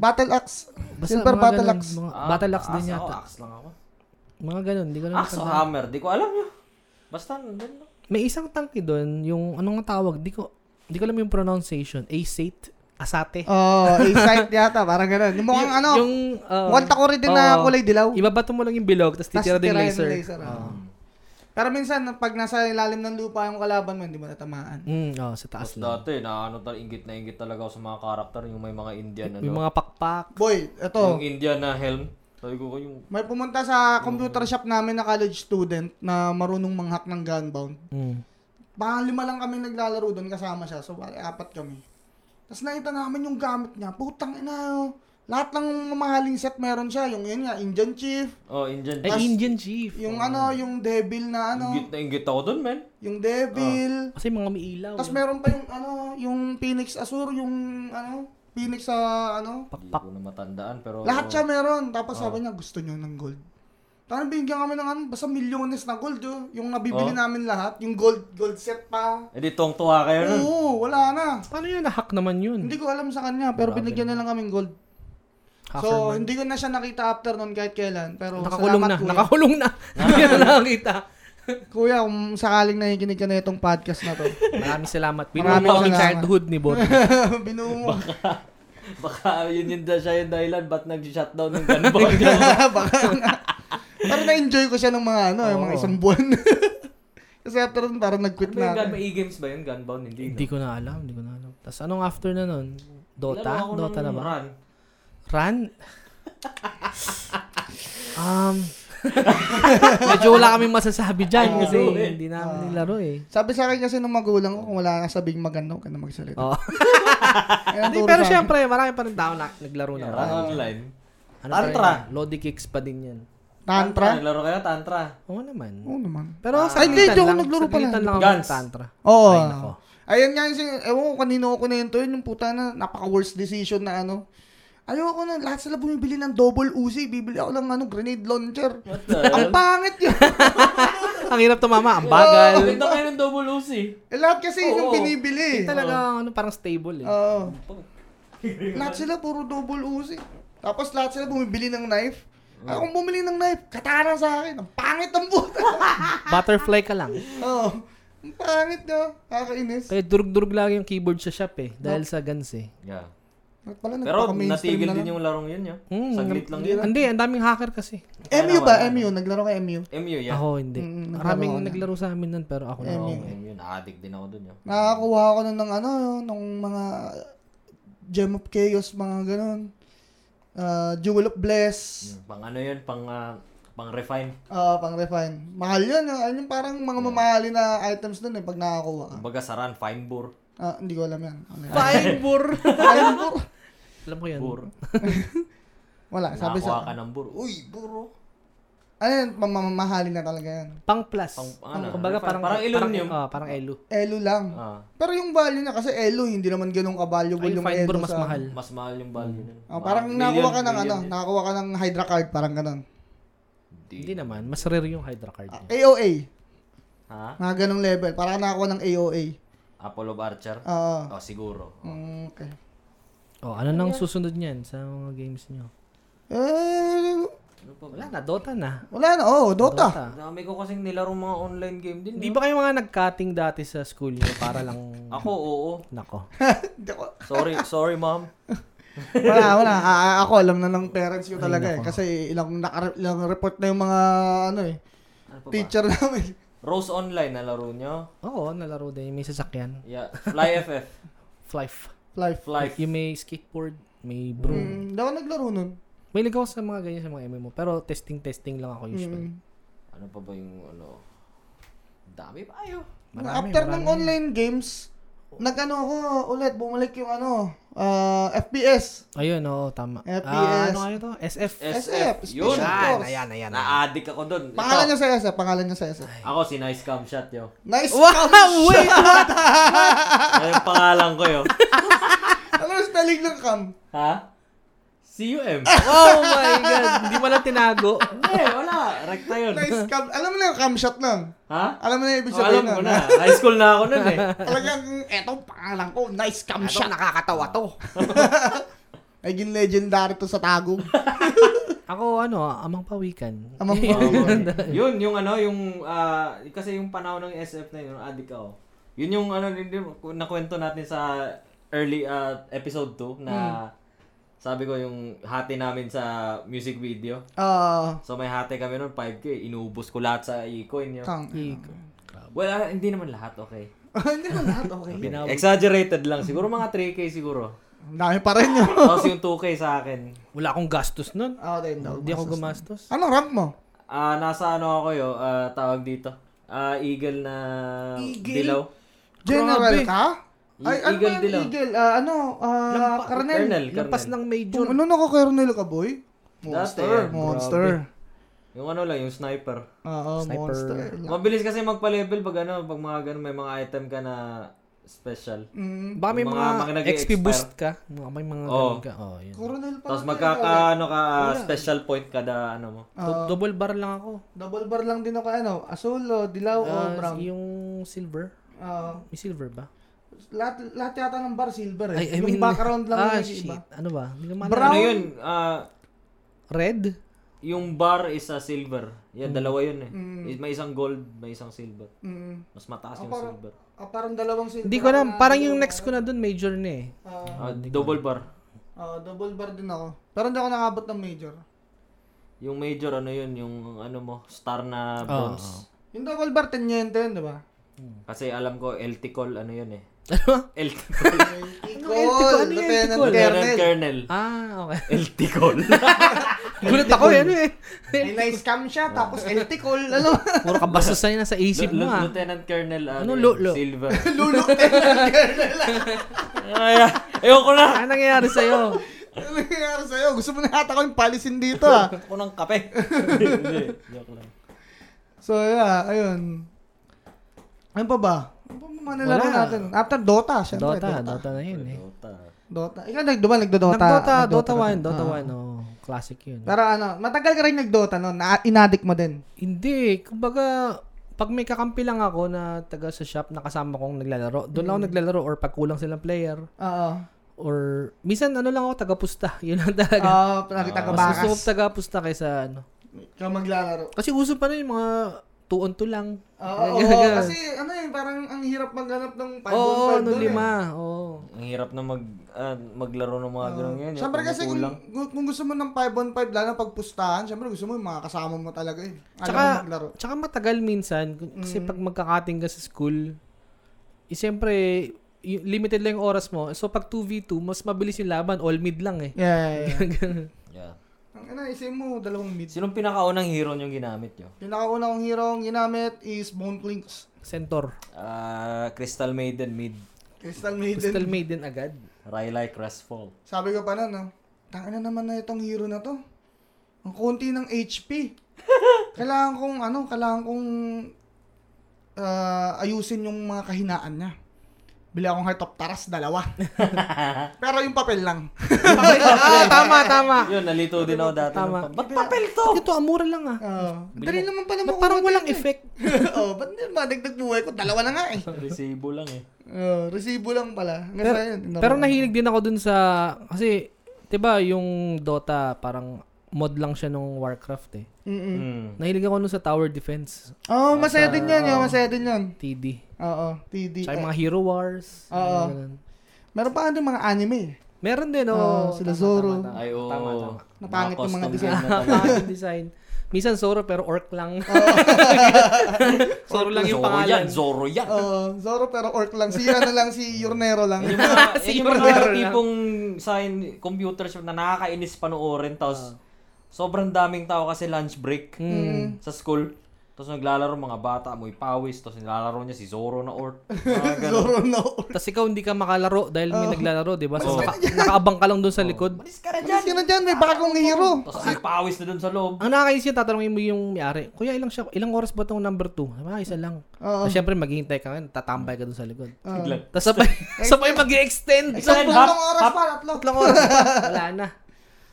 Speaker 2: Battle axe.
Speaker 3: Ano Basta
Speaker 2: Silver
Speaker 3: mga
Speaker 2: battle
Speaker 3: ganun,
Speaker 2: axe.
Speaker 3: Mga, battle axe din
Speaker 1: axe ako,
Speaker 3: yata.
Speaker 1: axe lang ako.
Speaker 3: Mga ganun, di ko na
Speaker 1: Axe o
Speaker 3: matandaan.
Speaker 1: hammer, di ko alam yun. Basta, dun lang.
Speaker 3: May isang tanki doon, yung anong tawag, di ko, di ko alam yung pronunciation. Asate? Asate?
Speaker 2: Oh, A-site yata, parang ganun. Yung mukhang ano,
Speaker 3: Yung, uh,
Speaker 2: mukhang takuri din na
Speaker 3: oo.
Speaker 2: kulay dilaw.
Speaker 3: Ibabato mo lang yung bilog, tapos
Speaker 2: Tapos
Speaker 3: titira din yung
Speaker 2: titirahin
Speaker 3: laser.
Speaker 2: ng laser, ah. Pero minsan, pag nasa ilalim ng lupa yung kalaban mo, hindi mo natamaan.
Speaker 3: Mm, oh, sa taas lang.
Speaker 1: Dati, na ano tal, ingit na ingit talaga ako sa mga karakter, yung may mga Indian, ano.
Speaker 3: Yung mga pakpak.
Speaker 2: Boy, ito.
Speaker 1: Yung Indian na helm. Sabi ko yung
Speaker 2: May pumunta sa computer shop namin na college student na marunong manghack ng gunbound.
Speaker 3: Mm.
Speaker 2: Baka lima lang kami naglalaro doon kasama siya. So, bali, apat kami. Tapos nakita namin yung gamit niya. Putang ina. oh. Lahat ng mamahaling set meron siya. Yung yun nga, Indian Chief.
Speaker 1: Oh, Indian.
Speaker 3: Ay,
Speaker 1: Tas,
Speaker 3: Eh, Indian chief.
Speaker 2: Yung ano, yung devil na ano.
Speaker 1: Ingit na ingit ako dun, men.
Speaker 2: Yung devil.
Speaker 3: Kasi mga may ilaw.
Speaker 2: Tapos
Speaker 3: yung
Speaker 2: meron pa yung ano, yung Phoenix Azure. Yung ano, Phoenix sa
Speaker 1: Hindi
Speaker 2: ano.
Speaker 3: Pakpak.
Speaker 1: ko na matandaan, pero...
Speaker 2: Lahat siya meron. Tapos sabi niya, gusto niyo ng gold. Tapos binigyan kami ng ano, basta milyones na gold. Oh. Yung
Speaker 1: Oh.
Speaker 2: nabibili namin lahat. Yung gold, gold set pa.
Speaker 1: Eh, di tuwang-tuwa kayo nun.
Speaker 2: Oo, wala na.
Speaker 3: Paano yun? Nahack naman yun.
Speaker 2: Hindi ko alam sa kanya, pero binigyan na lang kaming gold. so,
Speaker 3: Hacker man.
Speaker 2: hindi ko na siya nakita after noon kahit kailan. Pero
Speaker 3: Nakakulong
Speaker 2: salamat,
Speaker 3: na.
Speaker 2: kuya.
Speaker 3: Nakakulong na. Hindi na nakakita.
Speaker 2: kuya, kung sakaling nakikinig ka na itong podcast na to,
Speaker 3: Maraming salamat.
Speaker 2: Maraming
Speaker 3: Binuha ang
Speaker 2: salamat.
Speaker 3: childhood ni Boto.
Speaker 2: binumo.
Speaker 1: Baka yun yun daw siya yung dahilan, ba't nag-shutdown Ano ng gunboy?
Speaker 2: Baka nga. Pero na-enjoy ko siya ng mga ano, yung mga isang buwan. Kasi after nun, parang nag-quit
Speaker 1: Ano ba
Speaker 2: na
Speaker 1: yung
Speaker 2: ako.
Speaker 1: gun? May e-games ba yun? Gunbound? Hindi.
Speaker 3: Hindi ko na alam. Hindi ko na alam. Tapos anong after na nun? Dota?
Speaker 1: Laro ako
Speaker 3: Dota
Speaker 1: ng
Speaker 3: na ba?
Speaker 1: Run.
Speaker 3: Run? um, medyo wala kaming masasabi dyan kasi hindi
Speaker 2: Ah.
Speaker 3: namin nilaro eh.
Speaker 2: Sabi sa akin kasi nung magulang ko, kung wala ka sabing maganda, huwag ka na magsalita.
Speaker 3: Oo.
Speaker 2: Kaya
Speaker 3: Hindi,
Speaker 2: turo
Speaker 3: pero
Speaker 2: sa akin.
Speaker 3: syempre, marami pa rin tao na naglaro na.
Speaker 1: Run online.
Speaker 3: Ano pa rin
Speaker 1: Tantra.
Speaker 3: yan? Lodi kicks pa din yan.
Speaker 2: Tantra?
Speaker 1: Naglaro kayo? Tantra.
Speaker 3: Oo naman.
Speaker 2: Oo naman. Ah.
Speaker 3: Pero sa
Speaker 2: Ay, hindi, ako
Speaker 3: lang,
Speaker 2: naglaro pala.
Speaker 3: saglitan lang ako
Speaker 1: Guns.
Speaker 3: ng tantra.
Speaker 2: Oo.
Speaker 3: Ay, nako.
Speaker 2: Ayun nga yung, sin- ewan ko kanino ako na yun to, yun yung puta na napaka-worst decision na ano. Ayoko na, lahat sila bumibili ng double Uzi, bibili ako ng ano, grenade launcher.
Speaker 1: What the hell?
Speaker 2: Ang pangit yun.
Speaker 3: Ang hirap tumama, ang
Speaker 1: Ang
Speaker 3: bagal.
Speaker 1: Ah, ganda kayo ng double Uzi.
Speaker 2: eh, lahat kasi yun yung
Speaker 1: Oo.
Speaker 2: binibili.
Speaker 3: Talaga, ano, parang stable eh.
Speaker 2: Oo. lahat sila puro double Uzi. Tapos lahat sila bumibili ng knife. Ako kung bumili ng knife, katana sa akin. Ang pangit ang puta.
Speaker 3: Butterfly ka lang.
Speaker 2: Oo. Ang pangit no. Kakainis.
Speaker 3: Kaya durug-durug lagi yung keyboard sa shop eh. Dahil sa guns eh.
Speaker 1: Yeah.
Speaker 2: Ba't Pala,
Speaker 3: Ano
Speaker 1: Pero
Speaker 2: nagpaka-mainstream
Speaker 1: natigil
Speaker 2: na lang.
Speaker 1: din yung larong yun. Yo.
Speaker 3: Mm,
Speaker 1: Saglit lang
Speaker 2: hindi
Speaker 1: yun.
Speaker 3: Hindi, ang daming hacker kasi.
Speaker 2: MU ba? MU? Naglaro ka MU?
Speaker 1: MU yan.
Speaker 3: Ako hindi.
Speaker 2: Mm,
Speaker 3: Maraming
Speaker 2: naglaro ako na.
Speaker 3: naglaro sa amin nun pero ako na.
Speaker 2: Ano,
Speaker 1: Oo, MU. Ano Na-addict din ako dun. Yo.
Speaker 2: Nakakuha ako nun ng ano, ng mga Gem of Chaos, mga ganun. Ah, Jewel of Bless.
Speaker 1: Pang ano yun? Pang, ah, pang refine.
Speaker 2: ah pang refine. Mahal yun. ah. Ayun yung parang mga mamahali na items dun eh, pag nakakuha ka.
Speaker 1: Kumbaga sa run, fine bore.
Speaker 2: Ah, hindi ko alam yan. Ano yan?
Speaker 3: Fine, bur!
Speaker 2: Ayun, bro.
Speaker 3: Alam ko yun.
Speaker 1: Bur.
Speaker 2: Wala, sabi
Speaker 1: Nakakuha
Speaker 2: sa... oh.
Speaker 1: ka ng bur. Uy, buro.
Speaker 2: Ano yun, mamamahali na talaga yan.
Speaker 3: Pang plus.
Speaker 1: Pang- ano,
Speaker 3: Kumbaga
Speaker 1: parang-
Speaker 3: parang,
Speaker 1: parang aluminum.
Speaker 3: Parang, ah, parang elu.
Speaker 2: Elo lang.
Speaker 1: Ah,
Speaker 2: Pero yung value niya, kasi Elo, hindi naman ganun ka-valuable
Speaker 3: Ay,
Speaker 2: yung
Speaker 3: fine
Speaker 2: Elo
Speaker 3: bur,
Speaker 2: sa...
Speaker 3: mas mahal.
Speaker 1: mas mahal yung value nun.
Speaker 2: Ah, parang
Speaker 1: Mga
Speaker 2: nakakuha ka
Speaker 1: million,
Speaker 2: ng ano,
Speaker 1: million.
Speaker 2: nakakuha ka ng Hydra card, parang ganun.
Speaker 3: Hindi naman. Mas rare yung Hydra card
Speaker 2: Ah,
Speaker 3: niya.
Speaker 2: AOA,
Speaker 1: Ha?
Speaker 2: mga ganung level. Parang nakakuha ng AOA.
Speaker 1: Apollo Archer?
Speaker 2: Oo.
Speaker 1: Oh, siguro.
Speaker 2: Mm, Ah, okay.
Speaker 3: Oh, ano nang susunod niyan sa mga games niyo?
Speaker 2: Eh,
Speaker 1: Ano pa ba?
Speaker 3: Wala na, Dota na.
Speaker 2: wala na. Oh, Dota.
Speaker 1: Dami ko kasing nilaro mga online game din. eh.
Speaker 3: Di
Speaker 1: no?
Speaker 3: ba kayo mga nag-cutting dati sa school niyo para lang...
Speaker 1: Ako, oo.
Speaker 3: Nako.
Speaker 2: Hindi ko-
Speaker 1: Sorry, sorry ma'am.
Speaker 2: wala, Ah, wala. A- a- ako, alam na ng parents ko talaga eh. Kasi ilang, naka, ilang report na yung mga, ano eh,
Speaker 1: Ano pa ba?
Speaker 2: teacher namin.
Speaker 1: Rose Online, nalaro nyo?
Speaker 3: Oo, nalaro din. May sasakyan.
Speaker 1: Yeah. Fly FF.
Speaker 3: Flife.
Speaker 2: Life.
Speaker 1: Fly.
Speaker 3: Yung may skateboard, may broom.
Speaker 2: Mm, hindi ako naglaro nun.
Speaker 3: May ligaw sa mga ganyan sa mga MMO. Pero testing-testing lang ako usually.
Speaker 2: Mm.
Speaker 1: Ano pa ba yung ano? Dami pa ayo.
Speaker 3: Marami,
Speaker 2: After ng
Speaker 3: marami.
Speaker 2: online games, nag-ano ako ulit, bumalik yung ano, ah, FPS.
Speaker 3: Ayun, oo, tama.
Speaker 2: FPS.
Speaker 3: Ah, ano kayo to? SF.
Speaker 2: SF,
Speaker 1: Yun.
Speaker 2: Special
Speaker 1: Ayan,
Speaker 2: Force.
Speaker 1: ayan, ayan.
Speaker 3: Ah.
Speaker 1: Na-addict ako dun. Ito.
Speaker 2: Pangalan niya sa SF, pangalan niya sa SF.
Speaker 1: Ako si Nice Cam Shot, yo.
Speaker 2: Nice
Speaker 3: Wow! Wait!
Speaker 1: Ano yung pangalan ko, yo?
Speaker 2: Ano yung spelling ng cam?
Speaker 1: Ha?
Speaker 4: CUM.
Speaker 3: Oh my God! Hindi mo lang tinago.
Speaker 4: Hindi, wala. Rekta yun.
Speaker 2: Nice cam. Alam mo na yung camshot nun.
Speaker 4: Ha?
Speaker 2: Alam mo na yung ibig
Speaker 4: Oh,
Speaker 2: sabihin
Speaker 4: alam ko
Speaker 2: nun.
Speaker 4: na. High school na ako nun eh.
Speaker 2: Talagang, etong pangalan ko, nice
Speaker 3: Ito,
Speaker 2: camshot.
Speaker 3: nakakatawa to.
Speaker 2: Naging legendary to sa tagong.
Speaker 3: Ako, ano, amang pawikan.
Speaker 2: Amang
Speaker 1: yun, yung ano, yung, ah, kasi yung panahon ng SF na yun, yung adik ako, yun yung ano, yun yung nakwento natin sa early ah, episode 2 na
Speaker 2: Hmm.
Speaker 1: sabi ko yung hati namin sa music video.
Speaker 2: Ah,
Speaker 1: So may hati kami noon, 5K. Inuubos ko lahat sa e-coin yun.
Speaker 2: tang.
Speaker 1: Well, ah, hindi naman lahat, okay.
Speaker 2: Hindi ko lahat okay.
Speaker 1: Exaggerated lang. Siguro mga 3K siguro.
Speaker 2: Ang dami pa rin yun.
Speaker 1: Tapos yung 2K sa akin.
Speaker 3: Wala akong gastos nun.
Speaker 2: Oh, then, no,
Speaker 3: Hindi ako
Speaker 2: bastos.
Speaker 3: gumastos.
Speaker 2: Anong Ano, rank mo?
Speaker 1: Ah, nasa ano ako yo, ah, tawag dito. Ah, eagle na
Speaker 2: Eagle?
Speaker 1: dilaw.
Speaker 2: General
Speaker 3: Grabe.
Speaker 2: ka?
Speaker 1: E-
Speaker 2: Ay, ano ba
Speaker 1: Eagle
Speaker 2: yung
Speaker 3: oh.
Speaker 1: dilaw.
Speaker 2: eagle? Ah, ano? ah, Colonel.
Speaker 1: Colonel,
Speaker 3: Lampas
Speaker 1: colonel.
Speaker 3: ng major.
Speaker 2: Kung ano na ko Colonel ka, boy?
Speaker 1: Dati,
Speaker 2: Monster.
Speaker 1: grabe.
Speaker 2: Monster.
Speaker 1: Yung ano lang, yung sniper.
Speaker 2: Oo,
Speaker 3: Sniper.
Speaker 2: monster.
Speaker 1: Mabilis kasi magpa-level pag ano, pag mga ganun, may mga item ka na special.
Speaker 2: Mm,
Speaker 3: Baka may
Speaker 1: Yung
Speaker 3: mga,
Speaker 1: mga- mga nag-i-expire.
Speaker 3: XP boost ka. Mga may mga
Speaker 1: Oo.
Speaker 3: ganun ka. Oh, yun.
Speaker 2: Colonel pa. eh.
Speaker 1: Tapos
Speaker 2: rin
Speaker 1: magkaka ano ka special point kada ano mo.
Speaker 2: ako. Oo.
Speaker 3: Double bar lang ako.
Speaker 2: double bar lang din ako, ano? Azul, o, dilaw, o
Speaker 3: Ah,
Speaker 2: brown.
Speaker 3: yung silver.
Speaker 2: Oo.
Speaker 3: May silver ba?
Speaker 2: lahat, lahat yata ng bar silver eh.
Speaker 3: Ay, I
Speaker 2: yung
Speaker 3: mean,
Speaker 2: background lang
Speaker 3: ah,
Speaker 2: yung
Speaker 3: shit.
Speaker 2: iba.
Speaker 3: Ano ba? Hindi ko maalala.
Speaker 2: Brown.
Speaker 1: Ano yun? Ah,
Speaker 3: Red?
Speaker 1: yung bar is a silver. Yan, dalawa yun eh. May isang gold, may isang silver.
Speaker 2: Mm.
Speaker 1: Mas mataas
Speaker 2: Ah,
Speaker 1: yung
Speaker 2: parang-
Speaker 1: silver.
Speaker 2: Ah, parang dalawang silver.
Speaker 3: Hindi ko alam. Parang yung next ko na dun, major na eh.
Speaker 2: Ah,
Speaker 1: Ah, double bar.
Speaker 2: ah, double bar din ako. Pero hindi ako nakabot ng major.
Speaker 1: Yung major ano yun, yung ano mo, star na bronze.
Speaker 2: Yung double bar, tenyente yun, di ba?
Speaker 1: Kasi alam ko, LT call, ano yun eh.
Speaker 3: Ano?
Speaker 1: LT
Speaker 2: Tikol,
Speaker 3: Ano yung
Speaker 2: Lieutenant
Speaker 3: Tikol?
Speaker 1: Colonel.
Speaker 2: Colonel.
Speaker 1: Colonel.
Speaker 3: ah, okay.
Speaker 1: LT call.
Speaker 3: Gulat ako eh. Ano eh.
Speaker 2: May na-scam siya, tapos El Tikol, ano?
Speaker 3: Puro kabastusan yun nasa isip mo ah.
Speaker 1: Lieutenant Colonel,
Speaker 3: Ano,
Speaker 1: ano,
Speaker 3: lo- lo?
Speaker 1: yun, silver.
Speaker 2: Lulok Lieutenant Colonel.
Speaker 1: Ay, ayoko na.
Speaker 3: Ano nangyayari sa'yo?
Speaker 2: Ano nangyayari sa'yo? Gusto mo na yata ko yung palisin dito ah.
Speaker 1: Ako ng kape. Eh. Hindi, hindi. Joke lang.
Speaker 2: So, yeah, ayun. Ano pa ba? Ano pa mga nalaro
Speaker 3: Wala.
Speaker 2: natin? After Dota, syempre.
Speaker 3: Dota, Dota na yun eh.
Speaker 1: Dota.
Speaker 2: Dota. Ikaw nagduba, nagdo-Dota.
Speaker 3: Nag-Dota,
Speaker 2: Nagdota
Speaker 3: Dota
Speaker 2: ka.
Speaker 3: 1, Dota
Speaker 2: Ah.
Speaker 3: 1. Oh, classic yun.
Speaker 2: Pero ano, matagal ka rin nag-Dota noon. Na- inadik mo din.
Speaker 3: Hindi, kumbaga, pag may kakampi lang ako na taga sa shop na kasama kong naglalaro, doon lang ako naglalaro or pag kulang silang player
Speaker 2: Oo.
Speaker 3: or minsan ano lang ako tagapusta. Yun lang talaga. Ah,
Speaker 2: Oo, nakita ka
Speaker 3: Mas gusto ko
Speaker 2: bakas.
Speaker 3: tagapusta kaysa ano.
Speaker 2: Ikaw maglalaro.
Speaker 3: Kasi uso pa na yung mga tuon to lang.
Speaker 2: Oo, oo,
Speaker 3: Ganyan, ganyan.
Speaker 2: kasi ano eh, parang ang hirap maghanap ng 5
Speaker 3: Oo,
Speaker 2: on 5
Speaker 3: no
Speaker 2: Ah, doon eh.
Speaker 3: lima. Oo.
Speaker 1: Ang hirap na mag, ah, maglaro ng mga ganun ngayon. yung
Speaker 2: Siyempre kasi kung,
Speaker 1: kumukulang.
Speaker 2: gu- kung gusto mo ng 5 on 5, lalo na pagpustahan, siyempre gusto mo yung mga kasama mo talaga eh. Alam mo
Speaker 3: Tsaka,
Speaker 2: maglaro.
Speaker 3: tsaka matagal minsan k- kasi pag magkakating ka sa school, eh, siyempre y- limited lang yung oras mo. So pag 2v2, mas mabilis yung laban, all mid lang eh.
Speaker 2: Yeah, yeah, yeah.
Speaker 1: Yeah.
Speaker 2: Ang ano, isip mo, dalawang mid.
Speaker 1: Sinong pinakaunang hero niyong ginamit yo?
Speaker 2: Pinakauna kong hero ang ginamit is Bone Clinks.
Speaker 3: Centaur.
Speaker 1: Ah, Crystal Maiden mid.
Speaker 2: Crystal Maiden.
Speaker 3: Crystal Maiden agad.
Speaker 1: Rylai Crestfall.
Speaker 2: Sabi ko pa na, no? Tangin na naman na itong hero na to. Ang konti ng HP. kailangan kong, ano, kailangan kong ah, ayusin yung mga kahinaan niya. Bili akong Heart of Taras, dalawa. Pero yung papel lang.
Speaker 3: ah, tama, tama.
Speaker 1: Yun, nalito din ako dati.
Speaker 3: Tama.
Speaker 1: Ba't papel to?
Speaker 3: Ito, amura lang ah.
Speaker 2: Oo. Dali naman pala
Speaker 3: Ba't
Speaker 2: makuha
Speaker 3: parang
Speaker 2: din
Speaker 3: walang
Speaker 2: eh.
Speaker 3: effect.
Speaker 2: Oo, ba't hindi ba? Dagdag buhay ko, dalawa na nga eh.
Speaker 1: Resibo lang eh.
Speaker 2: Oo, resibo lang pala. Hanggang
Speaker 3: Pero,
Speaker 2: sa yun, tinuro
Speaker 3: pero
Speaker 2: ko.
Speaker 3: nahilig din ako dun sa... Kasi, 'di ba yung Dota, parang mod lang siya nung Warcraft eh.
Speaker 2: Mm-mm.
Speaker 1: Hmm.
Speaker 3: Nahilig ako nun sa tower defense,
Speaker 2: Oo, masaya din yun. yun, masaya din yun.
Speaker 3: TD.
Speaker 2: Oo, TD.
Speaker 3: Ah. Tsaka yung mga hero wars.
Speaker 2: Eh. Oo.
Speaker 3: mga ganun.
Speaker 2: Meron pa ano mga anime eh.
Speaker 3: Meron din,
Speaker 2: Oo,
Speaker 3: oh.
Speaker 2: sila
Speaker 3: Tama,
Speaker 2: Zoro.
Speaker 3: tama, tama.
Speaker 1: Hmm. Ay, oo.
Speaker 3: Tama, tama.
Speaker 2: Napangit yung mga
Speaker 1: custom
Speaker 2: design.
Speaker 1: game na talaga.
Speaker 3: Pangit yung design. Minsan Zoro pero orc lang. Zoro lang
Speaker 1: Zoro yan,
Speaker 3: yung pangalan.
Speaker 1: Zoro yan.
Speaker 2: Oo, Zoro pero orc lang. Si ano lang, si Yurnero lang.
Speaker 1: Yung mga,
Speaker 3: Si
Speaker 1: yung mga
Speaker 3: Bernardo lang.
Speaker 1: tipong sign, computer shop na nakakainis panoorin.
Speaker 2: Ah.
Speaker 1: Tapos, sobrang daming tao kasi lunch break sa school. Tapos naglalaro mga bata, amoy pawis. Tapos nilalaro niya si Zoro na orc. Mga ganun.
Speaker 2: Zoro no.
Speaker 3: Tapos ikaw hindi ka makalaro dahil may naglalaro, di ba? So, naka- nakaabang ka lang dun sa likod.
Speaker 2: Alis ka na dyan, may bagong hero.
Speaker 1: Tapos may pawis na dun sa loob.
Speaker 3: Ang nakakainis yun, tatanungin mo yung may-ari, Kuya, ilang, siya, ilang oras ba itong number 2? Sabi, ah, isa lang.
Speaker 2: Oo.
Speaker 3: Tapos syempre, maghihintay ka ngayon, tatambay ka dun sa likod.
Speaker 1: Biglang.
Speaker 3: Tapos sabay, sabay mag-extend.
Speaker 2: Isang
Speaker 1: hap,
Speaker 2: buong oras
Speaker 1: hap.
Speaker 2: pa, tatlo.
Speaker 3: Tatlong oras pa, wala na.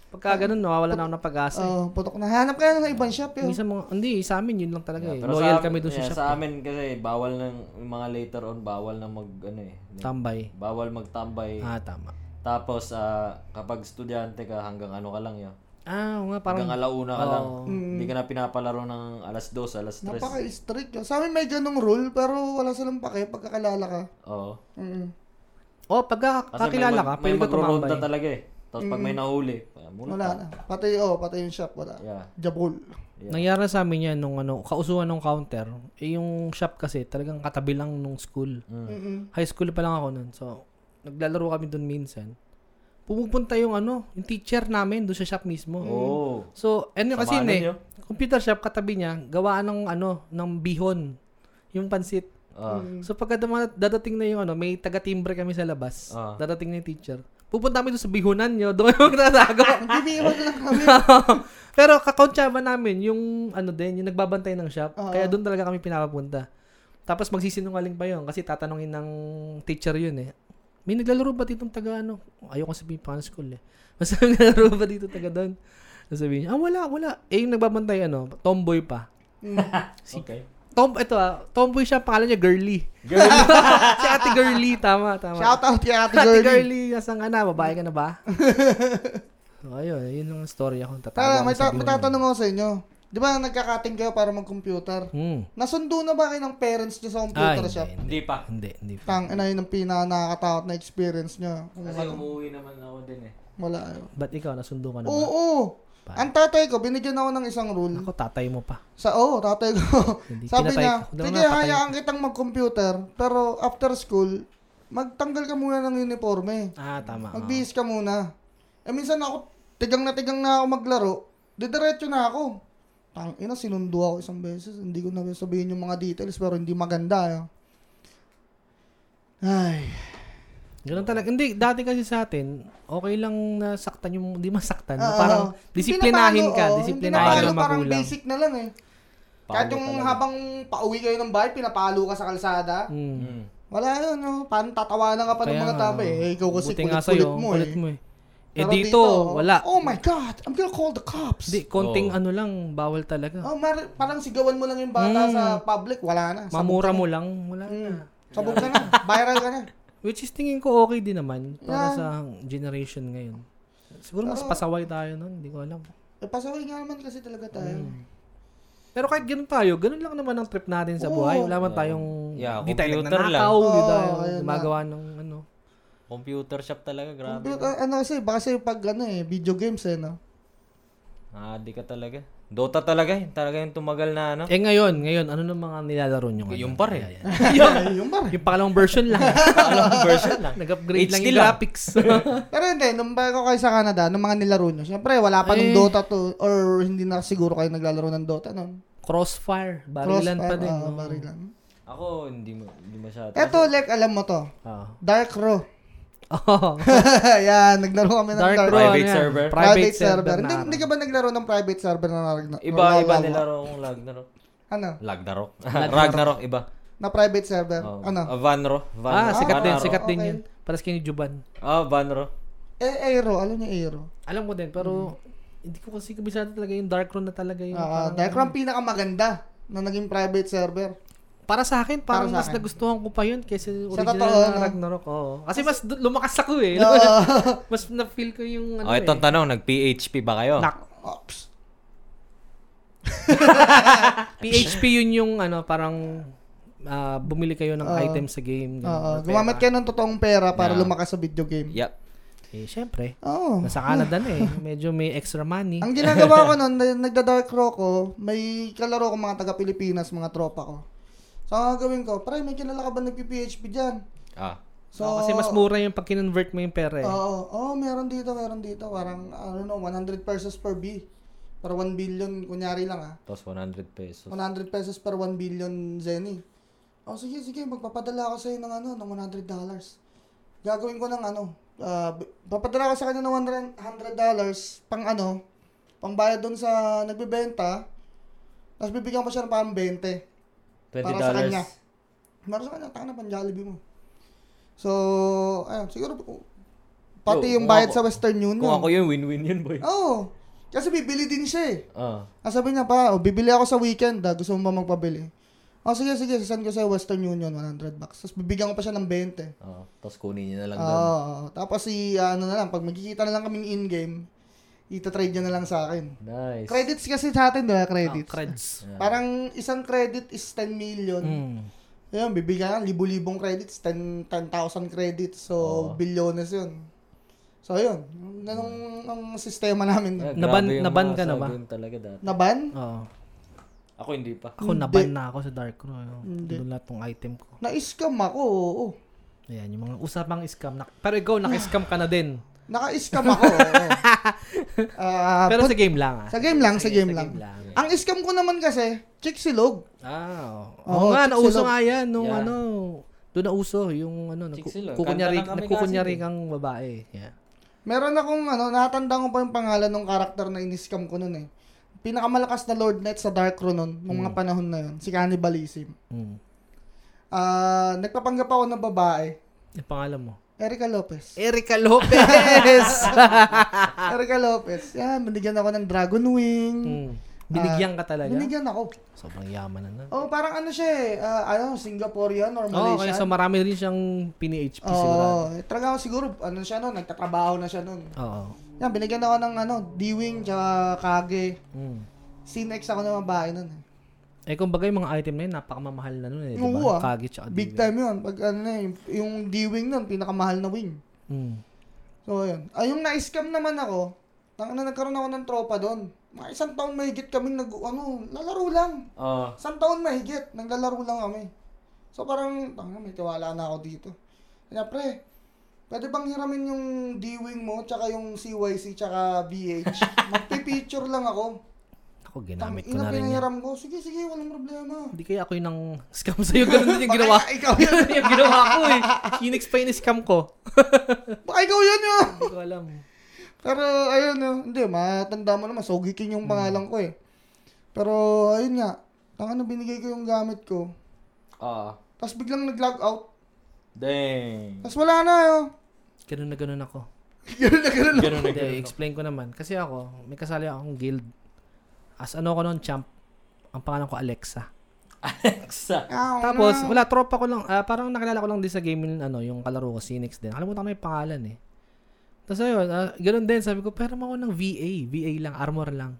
Speaker 3: Pagka ganun, nawawala na ako ng pag-asa. eh.
Speaker 2: Oh, putok na. Hanap ka ng ibang shop.
Speaker 3: Hindi
Speaker 2: Yun.
Speaker 3: sa mga, hindi, sa amin yun lang talaga eh.
Speaker 1: Pero
Speaker 3: Loyal
Speaker 1: sa-
Speaker 3: kami doon sa
Speaker 1: yeah,
Speaker 3: shop.
Speaker 1: Sa
Speaker 3: eh.
Speaker 1: amin kasi bawal ng yung mga later on bawal na mag ano eh.
Speaker 3: Tambay.
Speaker 1: Bawal magtambay.
Speaker 3: Ah, tama.
Speaker 1: Tapos ah, kapag estudyante ka hanggang ano ka lang yun.
Speaker 3: Ah, oo nga, parang
Speaker 1: Hanggang alauna ka lang.
Speaker 3: Oo.
Speaker 1: Hindi ka na pinapalaro ng alas 2, alas 3.
Speaker 2: Napaka-strict. yun. Sa amin may ganong rule, pero wala silang pake pagkakilala ka.
Speaker 1: Oo.
Speaker 2: Mm.
Speaker 3: Oh, pagka
Speaker 1: may
Speaker 3: kakilala
Speaker 1: mag-
Speaker 3: ka,
Speaker 1: may
Speaker 3: pwede ka
Speaker 1: magro-ronda
Speaker 3: tumambay.
Speaker 1: talaga eh. Tapos pag may nahuli, ah, multa.
Speaker 2: Wala na. Pati, oh, pati yung shop, wala.
Speaker 1: Yeah.
Speaker 2: Jabul.
Speaker 1: Yeah.
Speaker 3: Nangyari na sa amin yan nung ano, kausuhan ng counter. Eh, yung shop kasi talagang katabi lang nung school.
Speaker 2: Mm-mm.
Speaker 3: High school pa lang ako nun. So, naglalaro kami doon minsan. Pumupunta yung ano, yung teacher namin doon sa shop mismo.
Speaker 1: Mm. Oo.
Speaker 3: So, ano
Speaker 1: Samahan
Speaker 3: kasi yun eh,
Speaker 1: ninyo.
Speaker 3: computer shop katabi niya, gawaan ng ano, ng bihon, yung pansit.
Speaker 1: Ah.
Speaker 3: So, pagka duma- dadating na yung ano, may taga-timbre kami sa labas,
Speaker 1: Ah.
Speaker 3: dadating na yung teacher. Pupunta kami doon sa bihunan nyo, doon kami magtatago.
Speaker 2: Bibiro na lang kami.
Speaker 3: Pero kakontsaba namin yung ano din, yung nagbabantay ng shop. Kaya doon talaga kami pinapapunta. Tapos magsisinungaling pa yun kasi tatanungin ng teacher yun eh. May naglalaro ba ditong taga ano? Ayoko sabihin pa ng school eh. Basta may naglalaro ba dito taga doon? Sasabihin niya, ah wala, wala. Eh yung nagbabantay ano, tomboy pa.
Speaker 2: Mm.
Speaker 1: Okay.
Speaker 3: Tom, ito ah, tomboy siya, pangalan niya girly. si ate girly, tama, tama.
Speaker 2: Shout out kay Ate
Speaker 3: ate
Speaker 2: Girlie.
Speaker 3: girly, nasaan ka na? Babae ka na ba? so ayun, yun ang story ako.
Speaker 2: Tara,
Speaker 3: Tatawa
Speaker 2: may,
Speaker 3: ko sa
Speaker 2: ta- may
Speaker 3: bihunan.
Speaker 2: tatanong ako sa inyo. Di ba nagkakating kayo para mag-computer?
Speaker 3: Hmm.
Speaker 2: Nasundo na ba kayo ng parents niyo sa
Speaker 3: Ay,
Speaker 2: computer shop?
Speaker 1: Hindi pa.
Speaker 3: Hindi, hindi. pa.
Speaker 2: Tang, ina yun ang pinanakatakot na experience niyo. Kung
Speaker 1: Kasi
Speaker 2: ano,
Speaker 1: umuwi naman ako din eh.
Speaker 2: wala. yun.
Speaker 3: Ba't ikaw, nasundo ka na
Speaker 2: Oo,
Speaker 3: Ano ba?
Speaker 2: oo. Ang tatay ko, binigyan ako ng isang rule.
Speaker 3: Ako, tatay mo pa.
Speaker 2: Sa, oo, tatay ko.
Speaker 3: Hindi,
Speaker 2: Sabi
Speaker 3: pinatay
Speaker 2: niya,
Speaker 3: ko. Daw
Speaker 2: sige,
Speaker 3: na, patay
Speaker 2: hayaan kitang mag-computer, pero after school, magtanggal ka muna ng uniforme.
Speaker 3: Ah, tama. oo.
Speaker 2: Magbihis ka muna. Eh, minsan ako, tigang na tigang na ako maglaro, didiretso na ako. Tang ina, sinundo ako isang beses. Hindi ko na sabihin yung mga details, pero hindi maganda. eh. Yun. Ay.
Speaker 3: Ganun talaga. Hindi, dati kasi sa atin, okay lang na saktan yung, hindi masaktan.
Speaker 2: Oo.
Speaker 3: ano, parang
Speaker 2: Ah, Hindi
Speaker 3: disiplinahin
Speaker 2: pinapalo,
Speaker 3: ka,
Speaker 2: oo. Hindi
Speaker 3: disiplinahin
Speaker 2: pinapalo,
Speaker 3: yung
Speaker 2: Parang
Speaker 3: magulang.
Speaker 2: basic na lang eh. Kahit yung habang pauwi kayo ng bahay, pinapalo ka sa kalsada.
Speaker 3: Mm.
Speaker 1: Mm.
Speaker 2: Wala yun, no? Paano tatawanan ka pa ng
Speaker 3: Kaya
Speaker 2: mga
Speaker 3: nga,
Speaker 2: tabi? Eh, ikaw kasi
Speaker 3: buti nga
Speaker 2: kulit-kulit
Speaker 3: sa'yo,
Speaker 2: mo
Speaker 3: kulit
Speaker 2: eh.
Speaker 3: mo eh. Eh
Speaker 2: Pero
Speaker 3: dito, wala.
Speaker 2: Oh my God, I'm gonna call the cops.
Speaker 3: Hindi, konting
Speaker 1: Oo.
Speaker 3: ano lang, bawal talaga.
Speaker 2: Oh, mar- parang sigawan mo lang yung bata
Speaker 3: Mm.
Speaker 2: sa public, wala na. Sabog
Speaker 3: Mamura
Speaker 2: ka
Speaker 3: mo lang, wala
Speaker 2: na. Mm.
Speaker 3: na.
Speaker 2: Sabog ka na, viral ka na.
Speaker 3: Which is tingin ko okay din naman
Speaker 2: Yeah.
Speaker 3: para sa generation ngayon. Siguro mas
Speaker 2: Pero-
Speaker 3: pasaway tayo nun, hindi ko alam.
Speaker 2: Eh, pasaway nga naman kasi talaga tayo.
Speaker 3: Hmm. Pero kahit ganun tayo, ganun lang naman ang trip natin sa
Speaker 2: Oo.
Speaker 3: buhay. Wala man tayong,
Speaker 1: Yeah,
Speaker 3: di tayo
Speaker 1: computer lang.
Speaker 3: nagnanakaw, di
Speaker 2: Oo,
Speaker 3: tayo
Speaker 2: ayun
Speaker 3: gumagawa ng ano.
Speaker 1: Computer shop talaga, grabe.
Speaker 2: Computer, ano kasi, baka kasi pag ano eh, video games eh, no?
Speaker 1: Ah, di ka talaga. Dota talaga, yun talaga yung tumagal na ano.
Speaker 3: Eh ngayon, ngayon, ano nang mga nilalaro nyo ngayon?
Speaker 1: Yung eh. pa rin.
Speaker 3: Ayan.
Speaker 2: Ay, yung ba?
Speaker 3: yung pangalawang version lang. pangalawang version lang. Nag-upgrade lang
Speaker 1: HD
Speaker 3: yung
Speaker 1: lang.
Speaker 3: graphics.
Speaker 2: Pero hindi, nung bago kayo sa Canada, nung mga nilaro nyo, syempre, wala pa nung
Speaker 3: Eh.
Speaker 2: Dota to, or hindi na siguro kayo naglalaro ng Dota noon.
Speaker 3: Crossfire. Barilan pa
Speaker 2: Crossfire,
Speaker 3: din.
Speaker 2: ah,
Speaker 3: no?
Speaker 2: barilan.
Speaker 1: Ako, hindi, ma- hindi masyado.
Speaker 2: Eto, like, alam mo to.
Speaker 3: Ah.
Speaker 2: Dark Row.
Speaker 3: Oh.
Speaker 2: Yan, naglaro kami ng
Speaker 3: Dark
Speaker 2: Dark,
Speaker 3: Row.
Speaker 2: Row.
Speaker 1: Private
Speaker 3: ano yan?
Speaker 1: server?
Speaker 2: Private, server. Hindi, hindi ka ba naglaro ng private server na Ragnarok?
Speaker 1: Iba, iba nilaro akong Ragnarok.
Speaker 2: Ano?
Speaker 1: Ragnarok. Ragnarok, iba.
Speaker 2: Na private server.
Speaker 1: Oh,
Speaker 2: Ano?
Speaker 1: ah, Vanro. Vanro.
Speaker 3: ah, sikat din,
Speaker 1: Vanro.
Speaker 3: sikat din
Speaker 2: Okay.
Speaker 3: yan. Para skin Juban.
Speaker 1: Ah, Vanro.
Speaker 2: Eh, Aero. Alam niyo Aero?
Speaker 3: Alam ko din, pero hindi ko kasi kabisado talaga yung Dark Room na talaga yung
Speaker 2: Mm. Ah,
Speaker 3: parang-
Speaker 2: Dark Row ang pinakamaganda na naging private server.
Speaker 3: Para sa akin, parang
Speaker 2: Para sa
Speaker 3: mas
Speaker 2: akin.
Speaker 3: nagustuhan ko pa yun kaysa yung
Speaker 2: Sa
Speaker 3: original
Speaker 2: totoo,
Speaker 3: na
Speaker 2: no?
Speaker 3: Ragnarok. Oo. Kasi mas du- lumakas ako eh. mas na-feel ko yung ano
Speaker 1: oh, itong
Speaker 3: eh.
Speaker 1: tanong, nag-PHP ba kayo?
Speaker 3: Nak-
Speaker 2: Ops.
Speaker 3: PHP yun yung ano, parang ah, bumili kayo ng item sa game. ganun,
Speaker 2: Oo,
Speaker 3: or
Speaker 2: Ah, gumamit
Speaker 3: pera.
Speaker 2: kayo ng totoong pera para
Speaker 1: Yeah.
Speaker 2: lumakas sa video game.
Speaker 1: Yep.
Speaker 3: Eh, syempre.
Speaker 2: Oo.
Speaker 3: Nasa Canada na eh. Medyo may extra money.
Speaker 2: Ang ginagawa ko noon, na- nagda-dark row ko, may kalaro ko mga taga-Pilipinas, mga tropa ko. So, ang gagawin ko, pre, may kilala ka ba nag-PHP dyan?
Speaker 1: Ah.
Speaker 2: So,
Speaker 3: Oo, kasi mas mura yung pag kinonvert mo yung pera eh.
Speaker 2: Oo, oh, meron dito, meron dito. Parang, I don't know, 100 pesos per B. Para 1 billion, kunyari lang ah.
Speaker 1: Tapos 100 pesos.
Speaker 2: 100 pesos per 1 billion zenny. O oh, sige, sige, magpapadala ako sa'yo ng ano, ng 100 dollars. Gagawin ko ng ano, ah, b- papadala ko sa kanya ng 100 dollars pang ano, pang bayad doon sa nagbebenta. Tapos bibigyan ko siya ng parang 20.
Speaker 1: 20
Speaker 2: Para sa
Speaker 1: dollars.
Speaker 2: kanya. Meron sa kanya, tanga na pang Jollibee mo. So, ayun, siguro, Pati
Speaker 1: Yo,
Speaker 2: yung
Speaker 1: kung
Speaker 2: bayad
Speaker 1: ako-
Speaker 2: sa Western Union.
Speaker 1: Kung ako yun, win-win yun, boy.
Speaker 2: Oo. kasi bibili din siya eh.
Speaker 1: Ah.
Speaker 2: Ah, sabi niya pa, oh, bibili ako sa weekend, ah, gusto mo ba magpabili? Oh, sige, sige, sasend ko sa Western Union, 100 bucks. Tapos bibigyan ko pa siya ng 20.
Speaker 1: Oh, tapos kunin niya na lang
Speaker 2: Oo.
Speaker 1: doon.
Speaker 2: tapos si, ah, ano na lang, pag magkikita na lang kaming in-game, itatrade niya na lang sa akin.
Speaker 1: Nice. Ah,
Speaker 2: Credits kasi sa atin, di ba?
Speaker 3: Ah,
Speaker 2: Credits.
Speaker 3: creds.
Speaker 1: Yeah. Hmm.
Speaker 2: Parang isang credit is 10 million.
Speaker 3: Mm.
Speaker 2: Ayun, bibigyan ka, libu-libong credits, 10 10,000 credits. So,
Speaker 1: Oo.
Speaker 2: bilyones yun. So, ayun. Ganun ang sistema namin.
Speaker 1: Yeah,
Speaker 2: nun.
Speaker 3: Naban-
Speaker 1: grabe yung
Speaker 3: naban
Speaker 1: mga
Speaker 3: ka na
Speaker 1: sa
Speaker 3: ba?
Speaker 1: game talaga dati.
Speaker 2: Naban?
Speaker 3: Oo.
Speaker 1: Ako hindi pa.
Speaker 3: Ako
Speaker 2: Hindi.
Speaker 3: naban na ako sa Dark Room. ano.
Speaker 2: Hindi.
Speaker 3: Doon lahat ng item ko.
Speaker 2: Na-scam ako, oo. oo.
Speaker 3: Ayan, yung mga usapang scam. Na, pero ikaw, naka-scam ka na din.
Speaker 2: Naka-scam ako, oo. Ah,
Speaker 3: Pero
Speaker 2: put-
Speaker 3: sa game lang ah.
Speaker 2: sa game lang, sa
Speaker 3: Sige,
Speaker 2: game lang. Ang scam ko naman kasi, chick silog.
Speaker 3: Ah, oo.
Speaker 2: Oo,
Speaker 3: Oo nga,
Speaker 2: Chick
Speaker 3: nauso
Speaker 2: Silog.
Speaker 3: nga yan. Nung
Speaker 1: Yeah.
Speaker 3: ano, doon nauso yung ano,
Speaker 1: Chick Silog.
Speaker 3: nagku-
Speaker 1: Kanta
Speaker 3: kukunyari,
Speaker 1: lang kami
Speaker 3: nagkukunyari
Speaker 1: kasi
Speaker 3: kang babae. Yeah.
Speaker 2: Meron akong ano, natatanda ko pa yung pangalan ng karakter na in-scam ko noon eh. Pinakamalakas na Lord Knight sa Dark Room noon, nung mga panahon na yun, si Cannibalism.
Speaker 3: Mm.
Speaker 2: Ah, nagpapanggap ako ng babae.
Speaker 3: Yung pangalan mo?
Speaker 2: Erika Lopez.
Speaker 3: Erika Lopez!
Speaker 2: Erika Lopez. Yan, binigyan ako ng Dragon Wing.
Speaker 3: mm. Binigyan ka talaga?
Speaker 2: Binigyan ako.
Speaker 3: Sobrang yaman na na.
Speaker 2: Oh, parang ano siya eh, ah, ano, Singaporean or
Speaker 3: Oo, kaya
Speaker 2: Malaysian.
Speaker 3: so marami rin siyang pini-HP sigurado.
Speaker 2: Oo, eh, talaga ako siguro, ano siya noon, nagtatrabaho na siya noon.
Speaker 3: Oo.
Speaker 2: Yan, binigyan ako ng ano, D-Wing, tsaka Kage.
Speaker 3: Mm.
Speaker 2: Sinex ako ng babae noon. Eh.
Speaker 3: Eh, kumbaga yung mga item na yun, napakamamahal na nun eh. Diba?
Speaker 2: Oo, ah.
Speaker 3: Kage tsaka
Speaker 2: Big
Speaker 3: Diga.
Speaker 2: time yun. Pag ano na, yung, yung D-Wing nun, pinakamahal na wing.
Speaker 3: Mm.
Speaker 2: So, ayun. Ay, yung na-scam naman ako, tang na nagkaroon ako ng tropa doon. Mga isang taon mahigit kaming nag, ano, lalaro lang.
Speaker 1: Ah,
Speaker 2: Isang taon mahigit, naglalaro lang kami. So, parang, tang na, may tiwala na ako dito. Kaya, pre, pwede bang hiramin yung D-Wing mo, tsaka yung CYC, tsaka VH? Magpipicture lang ako.
Speaker 3: Ako,
Speaker 2: Tang,
Speaker 3: ginamit ko
Speaker 2: ina,
Speaker 3: na rin yan.
Speaker 2: pinahiram ko. Sige, sige, walang problema.
Speaker 3: Hindi kaya ako yung nang scam sa'yo. Ganun din yung ginawa.
Speaker 2: Baka ikaw yun.
Speaker 3: Ganun yung ginawa ko eh. Phoenix pa yung scam ko.
Speaker 2: Baka ikaw yun yun.
Speaker 3: Hindi ko alam.
Speaker 2: Pero ayun, no. hindi, matanda mo naman, Sogi King
Speaker 3: Hmm.
Speaker 2: yung pangalan ko eh. Pero ayun nga, ang ano binigay ko yung gamit ko.
Speaker 1: ah.
Speaker 2: Tapos biglang nag-log out.
Speaker 1: Dang.
Speaker 2: Tapos wala na oh. yun.
Speaker 3: Ganun na ganun ako.
Speaker 2: Ganun na ganun.
Speaker 1: Ganun na
Speaker 3: Hindi,
Speaker 1: ganun.
Speaker 3: explain ko naman. Kasi ako, may kasali akong guild. As ano ko noon, champ. Ang pangalan ko, Alexa.
Speaker 1: Alexa.
Speaker 2: Ah,
Speaker 3: Tapos,
Speaker 2: una.
Speaker 3: wala, tropa ko lang. ah, parang nakilala ko lang din sa game yung, ano, yung kalaro ko, Sinix din. Kalimutan ko na yung pangalan eh. Tapos ayun, ah, ganun din. Sabi ko, pero ako ng VA. VA lang, armor lang.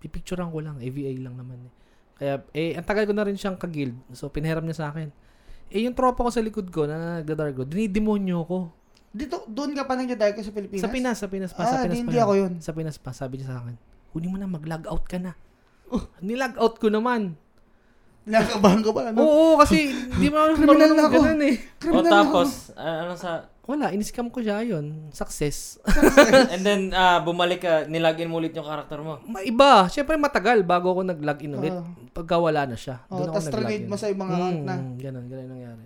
Speaker 3: Pipicturean ko lang. Eh, VA lang naman eh. Kaya, eh, ang tagal ko na rin siyang ka-guild. So, pinahiram niya sa akin. Eh, yung tropa ko sa likod ko na nagdadargo, dinidemonyo ko.
Speaker 2: Dito, doon ka pa nagdaday ko sa Pilipinas?
Speaker 3: Sa Pinas, sa Pinas pa.
Speaker 2: Ah,
Speaker 3: sa Pinas
Speaker 2: di-
Speaker 3: pa
Speaker 2: hindi ako yun.
Speaker 3: Sa Pinas pa, sabi niya sa akin, kunin mo na, mag-log out ka na.
Speaker 2: Oh.
Speaker 3: Nilag out ko naman.
Speaker 2: Nakabahan ka pa, ano?
Speaker 3: Oo, kasi di mo naman
Speaker 2: Criminal na ako.
Speaker 3: ganun eh.
Speaker 1: O
Speaker 2: Criminal na ako.
Speaker 1: Oh, tapos, ah, ano sa...
Speaker 3: Wala, in-scam ko siya yun. Success.
Speaker 1: And then, ah, bumalik ka, nilagin mo ulit yung karakter mo.
Speaker 3: Maiba. Siyempre matagal bago ako nag-log in ulit.
Speaker 2: Ah.
Speaker 3: Pagka wala na siya.
Speaker 2: Oh,
Speaker 3: Doon ako
Speaker 2: tapos
Speaker 3: nag-log
Speaker 2: trinade
Speaker 3: in.
Speaker 2: mo sa ibang account na.
Speaker 3: Mm, ganun, ganun nangyari.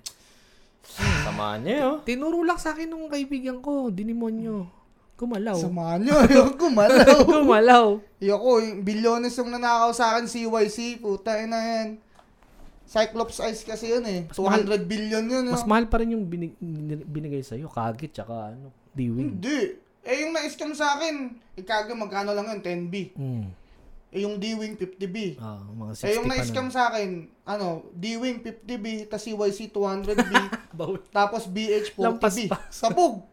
Speaker 1: Sama niya, yun.
Speaker 3: Tinuro lang sa akin nung kaibigan ko, dinimonyo. Gumalaw.
Speaker 2: Samahan nyo, ayoko gumalaw.
Speaker 3: Gumalaw.
Speaker 2: Ayoko, yung bilyones yung nanakaw sa akin, CYC, puta, yun na yan. Cyclops Eyes kasi yun eh.
Speaker 3: mahal-
Speaker 2: 200 billion yun.
Speaker 3: Mas
Speaker 2: yun.
Speaker 3: mahal pa rin yung binig- binigay sa'yo. Kagit, tsaka ano, D-Wing.
Speaker 2: Hindi. Eh, yung na-scam sa akin, ikaga magkano lang yun, 10B.
Speaker 3: Mm.
Speaker 2: Eh, yung D-Wing, 50B.
Speaker 3: Ah, mga 60
Speaker 2: eh, yung
Speaker 3: pa nun.
Speaker 2: na-scam sa akin, ano, D-Wing, 50B, tas CYC, 200B,
Speaker 3: Bawi.
Speaker 2: tapos BH,
Speaker 3: Lampas
Speaker 2: 40B.
Speaker 3: pa.
Speaker 2: Sabog!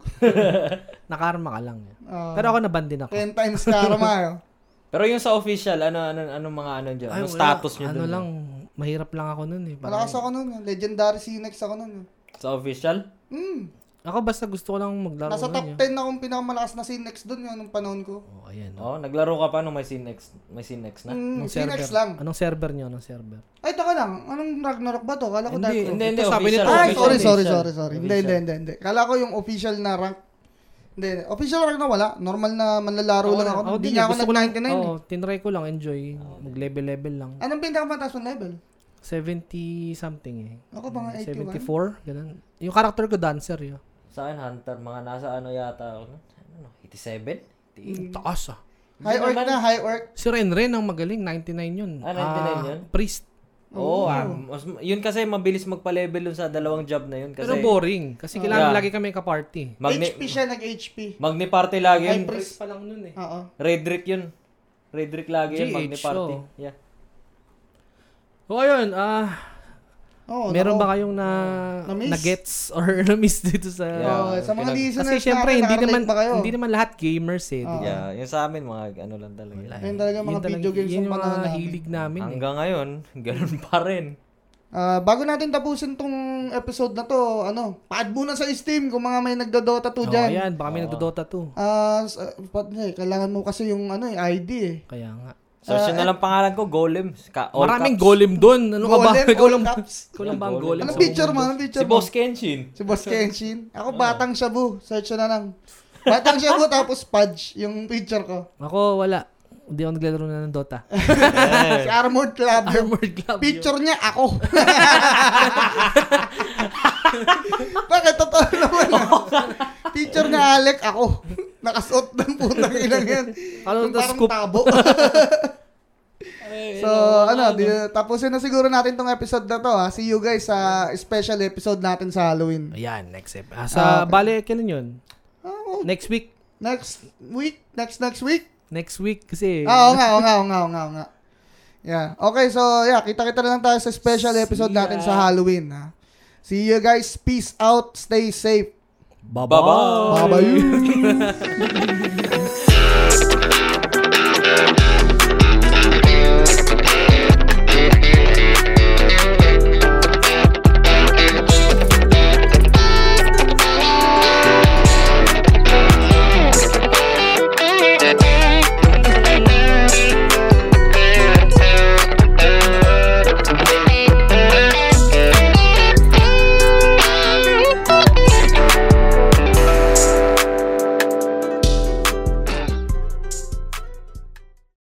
Speaker 3: Nakarma ka lang. eh.
Speaker 2: Ah.
Speaker 3: Pero ako naban din ako.
Speaker 2: 10 times karma, yo.
Speaker 1: Pero yung sa official, ano, ano, anong mga ano dyan?
Speaker 3: Ay,
Speaker 1: Anong
Speaker 3: wala.
Speaker 1: status nyo
Speaker 3: Ano
Speaker 1: dun? eh?
Speaker 3: lang, mahirap lang ako nun eh. Parang-
Speaker 2: Malakas ako nun, eh. legendary Cinex ako nun. eh.
Speaker 1: Sa official?
Speaker 2: Mm.
Speaker 3: Ako basta gusto ko lang maglaro.
Speaker 2: Nasa
Speaker 3: nun, eh.
Speaker 2: top
Speaker 3: yun.
Speaker 2: 10 akong pinakamalakas na Cinex dun yun, nung panahon ko.
Speaker 3: Oh, ayan. oh.
Speaker 1: Oo, naglaro ka pa nung may Cinex, may Cinex na.
Speaker 2: Mm,
Speaker 3: Anong
Speaker 2: Cinex lang.
Speaker 3: Anong Ah, server niyo? Anong server?
Speaker 2: Ay, taka lang. Anong Ragnarok ba to? Kala ko Dark Room.
Speaker 1: Hindi, hindi,
Speaker 3: Ito sabi
Speaker 1: official.
Speaker 3: nito,
Speaker 2: Ay,
Speaker 1: official.
Speaker 2: sorry, sorry,
Speaker 1: Official.
Speaker 2: sorry, sorry. Hindi, hindi, hindi, hindi. Kala ko yung official na rank. Hindi, hindi. official rank na wala. Normal na manlalaro lang ako. Hindi
Speaker 3: din
Speaker 2: nga
Speaker 3: eh.
Speaker 2: ako
Speaker 3: Gusto ko lang-
Speaker 2: nag-99.
Speaker 3: Oo,
Speaker 2: eh.
Speaker 3: tinry ko lang. Enjoy. Mag-level-level lang.
Speaker 2: Anong pinakamataas na level?
Speaker 3: 70 something eh.
Speaker 2: Ako mga 81.
Speaker 3: 74? Ganun. Yung character ko, dancer yun.
Speaker 1: Sa akin, Hunter, mga nasa ano yata ako. nun? Ano, 87? 88?
Speaker 2: Mm.
Speaker 3: Ang Taas ah.
Speaker 2: High orc na, high orc.
Speaker 3: Si Renren ang magaling. 99 yun.
Speaker 1: Ah, 99 yun?
Speaker 3: Priest.
Speaker 1: Oo, ah, mas- yun kasi mabilis magpa-level dun sa dalawang job na yun. Kasi
Speaker 3: Pero boring. Kasi kailangan
Speaker 1: Yeah.
Speaker 3: lagi kami kaparty.
Speaker 1: magni,
Speaker 2: HP siya, nag-HP.
Speaker 1: magni party lagi yun.
Speaker 2: Ay, pre-
Speaker 3: Press pa lang nun eh.
Speaker 2: Oo.
Speaker 1: Red Rick yun. Red Rick lagi yun,
Speaker 3: GH,
Speaker 1: magni party.
Speaker 3: oh.
Speaker 1: Yeah.
Speaker 3: O Oh, ayun, ah,
Speaker 2: Oo,
Speaker 3: meron
Speaker 2: Oh, nako. Oh,
Speaker 3: ba kayong na,
Speaker 2: Na-miss?
Speaker 3: na gets or na-miss dito sa...
Speaker 1: Yeah.
Speaker 2: Oo, sa mga
Speaker 1: Pinag-
Speaker 2: listeners
Speaker 3: Kasi syempre,
Speaker 2: natin,
Speaker 3: hindi
Speaker 2: nakarelate
Speaker 3: naman,
Speaker 2: ba kayo?
Speaker 3: hindi naman lahat gamers eh.
Speaker 2: Oo.
Speaker 1: Yeah, yung sa amin mga ano lang talaga.
Speaker 2: Ayun talaga mga video games
Speaker 3: yun
Speaker 2: ang
Speaker 3: yung
Speaker 2: panahon
Speaker 3: mga
Speaker 2: namin.
Speaker 3: hilig namin eh.
Speaker 1: Hanggang ngayon, ganun pa rin.
Speaker 2: Ah, bago natin tapusin tong episode na to, ano, paad muna sa Steam kung mga may nagdodota 2
Speaker 3: Oo,
Speaker 2: dyan.
Speaker 3: Oh, ayan, baka may nagdodota 2.
Speaker 2: Ah, s- ah, pat- eh, kailangan mo kasi yung ano, eh, ID eh.
Speaker 3: Kaya nga.
Speaker 1: Search yun na lang pangalan ko, Golems. Ka- all
Speaker 3: Uh, Maraming
Speaker 1: caps.
Speaker 3: golem doon. Ano ka ba?
Speaker 2: Golem,
Speaker 3: Ikaw
Speaker 2: all
Speaker 3: lang,
Speaker 2: caps.
Speaker 3: ikaw lang ba ang
Speaker 1: Golem.
Speaker 3: golem?
Speaker 2: Anong
Speaker 3: sa
Speaker 2: picture
Speaker 3: mundo?
Speaker 2: mo? Anong picture
Speaker 1: Si
Speaker 2: mo?
Speaker 1: Boss Kenshin.
Speaker 2: Si Boss Kenshin. Ako,
Speaker 3: Oh.
Speaker 2: Batang Shabu. Search na lang. Batang Shabu tapos Pudge, yung picture ko.
Speaker 3: Ako, wala. Hindi ako naglalaro na ng Dota.
Speaker 2: si Armored Club. yung
Speaker 3: Armored Club.
Speaker 2: Picture niya, ako. Bakit totoo naman? ah. Picture niya, Alec, ako. Nakasuot ng putang ilang yan.
Speaker 3: Ano
Speaker 2: Yung
Speaker 3: to,
Speaker 2: parang
Speaker 3: scoop?
Speaker 2: tabo. so, ano, di, tapusin na siguro natin tong episode na to. Ha. See you guys sa special episode natin sa Halloween.
Speaker 3: Ayan, next ep. Ah, sa, bale, kailan yun?
Speaker 2: Oh,
Speaker 3: Next week.
Speaker 2: next week? Next next week?
Speaker 3: Next week kasi.
Speaker 2: Ah, oo nga, oo nga, oo nga, oo nga, oo nga. Yeah. Okay, so yeah, kita-kita na lang tayo sa special episode
Speaker 3: See ya.
Speaker 2: natin sa Halloween. Ha. See you guys. Peace out. Stay safe.
Speaker 3: Bye-bye.
Speaker 1: Bye-bye.
Speaker 2: Bye-bye.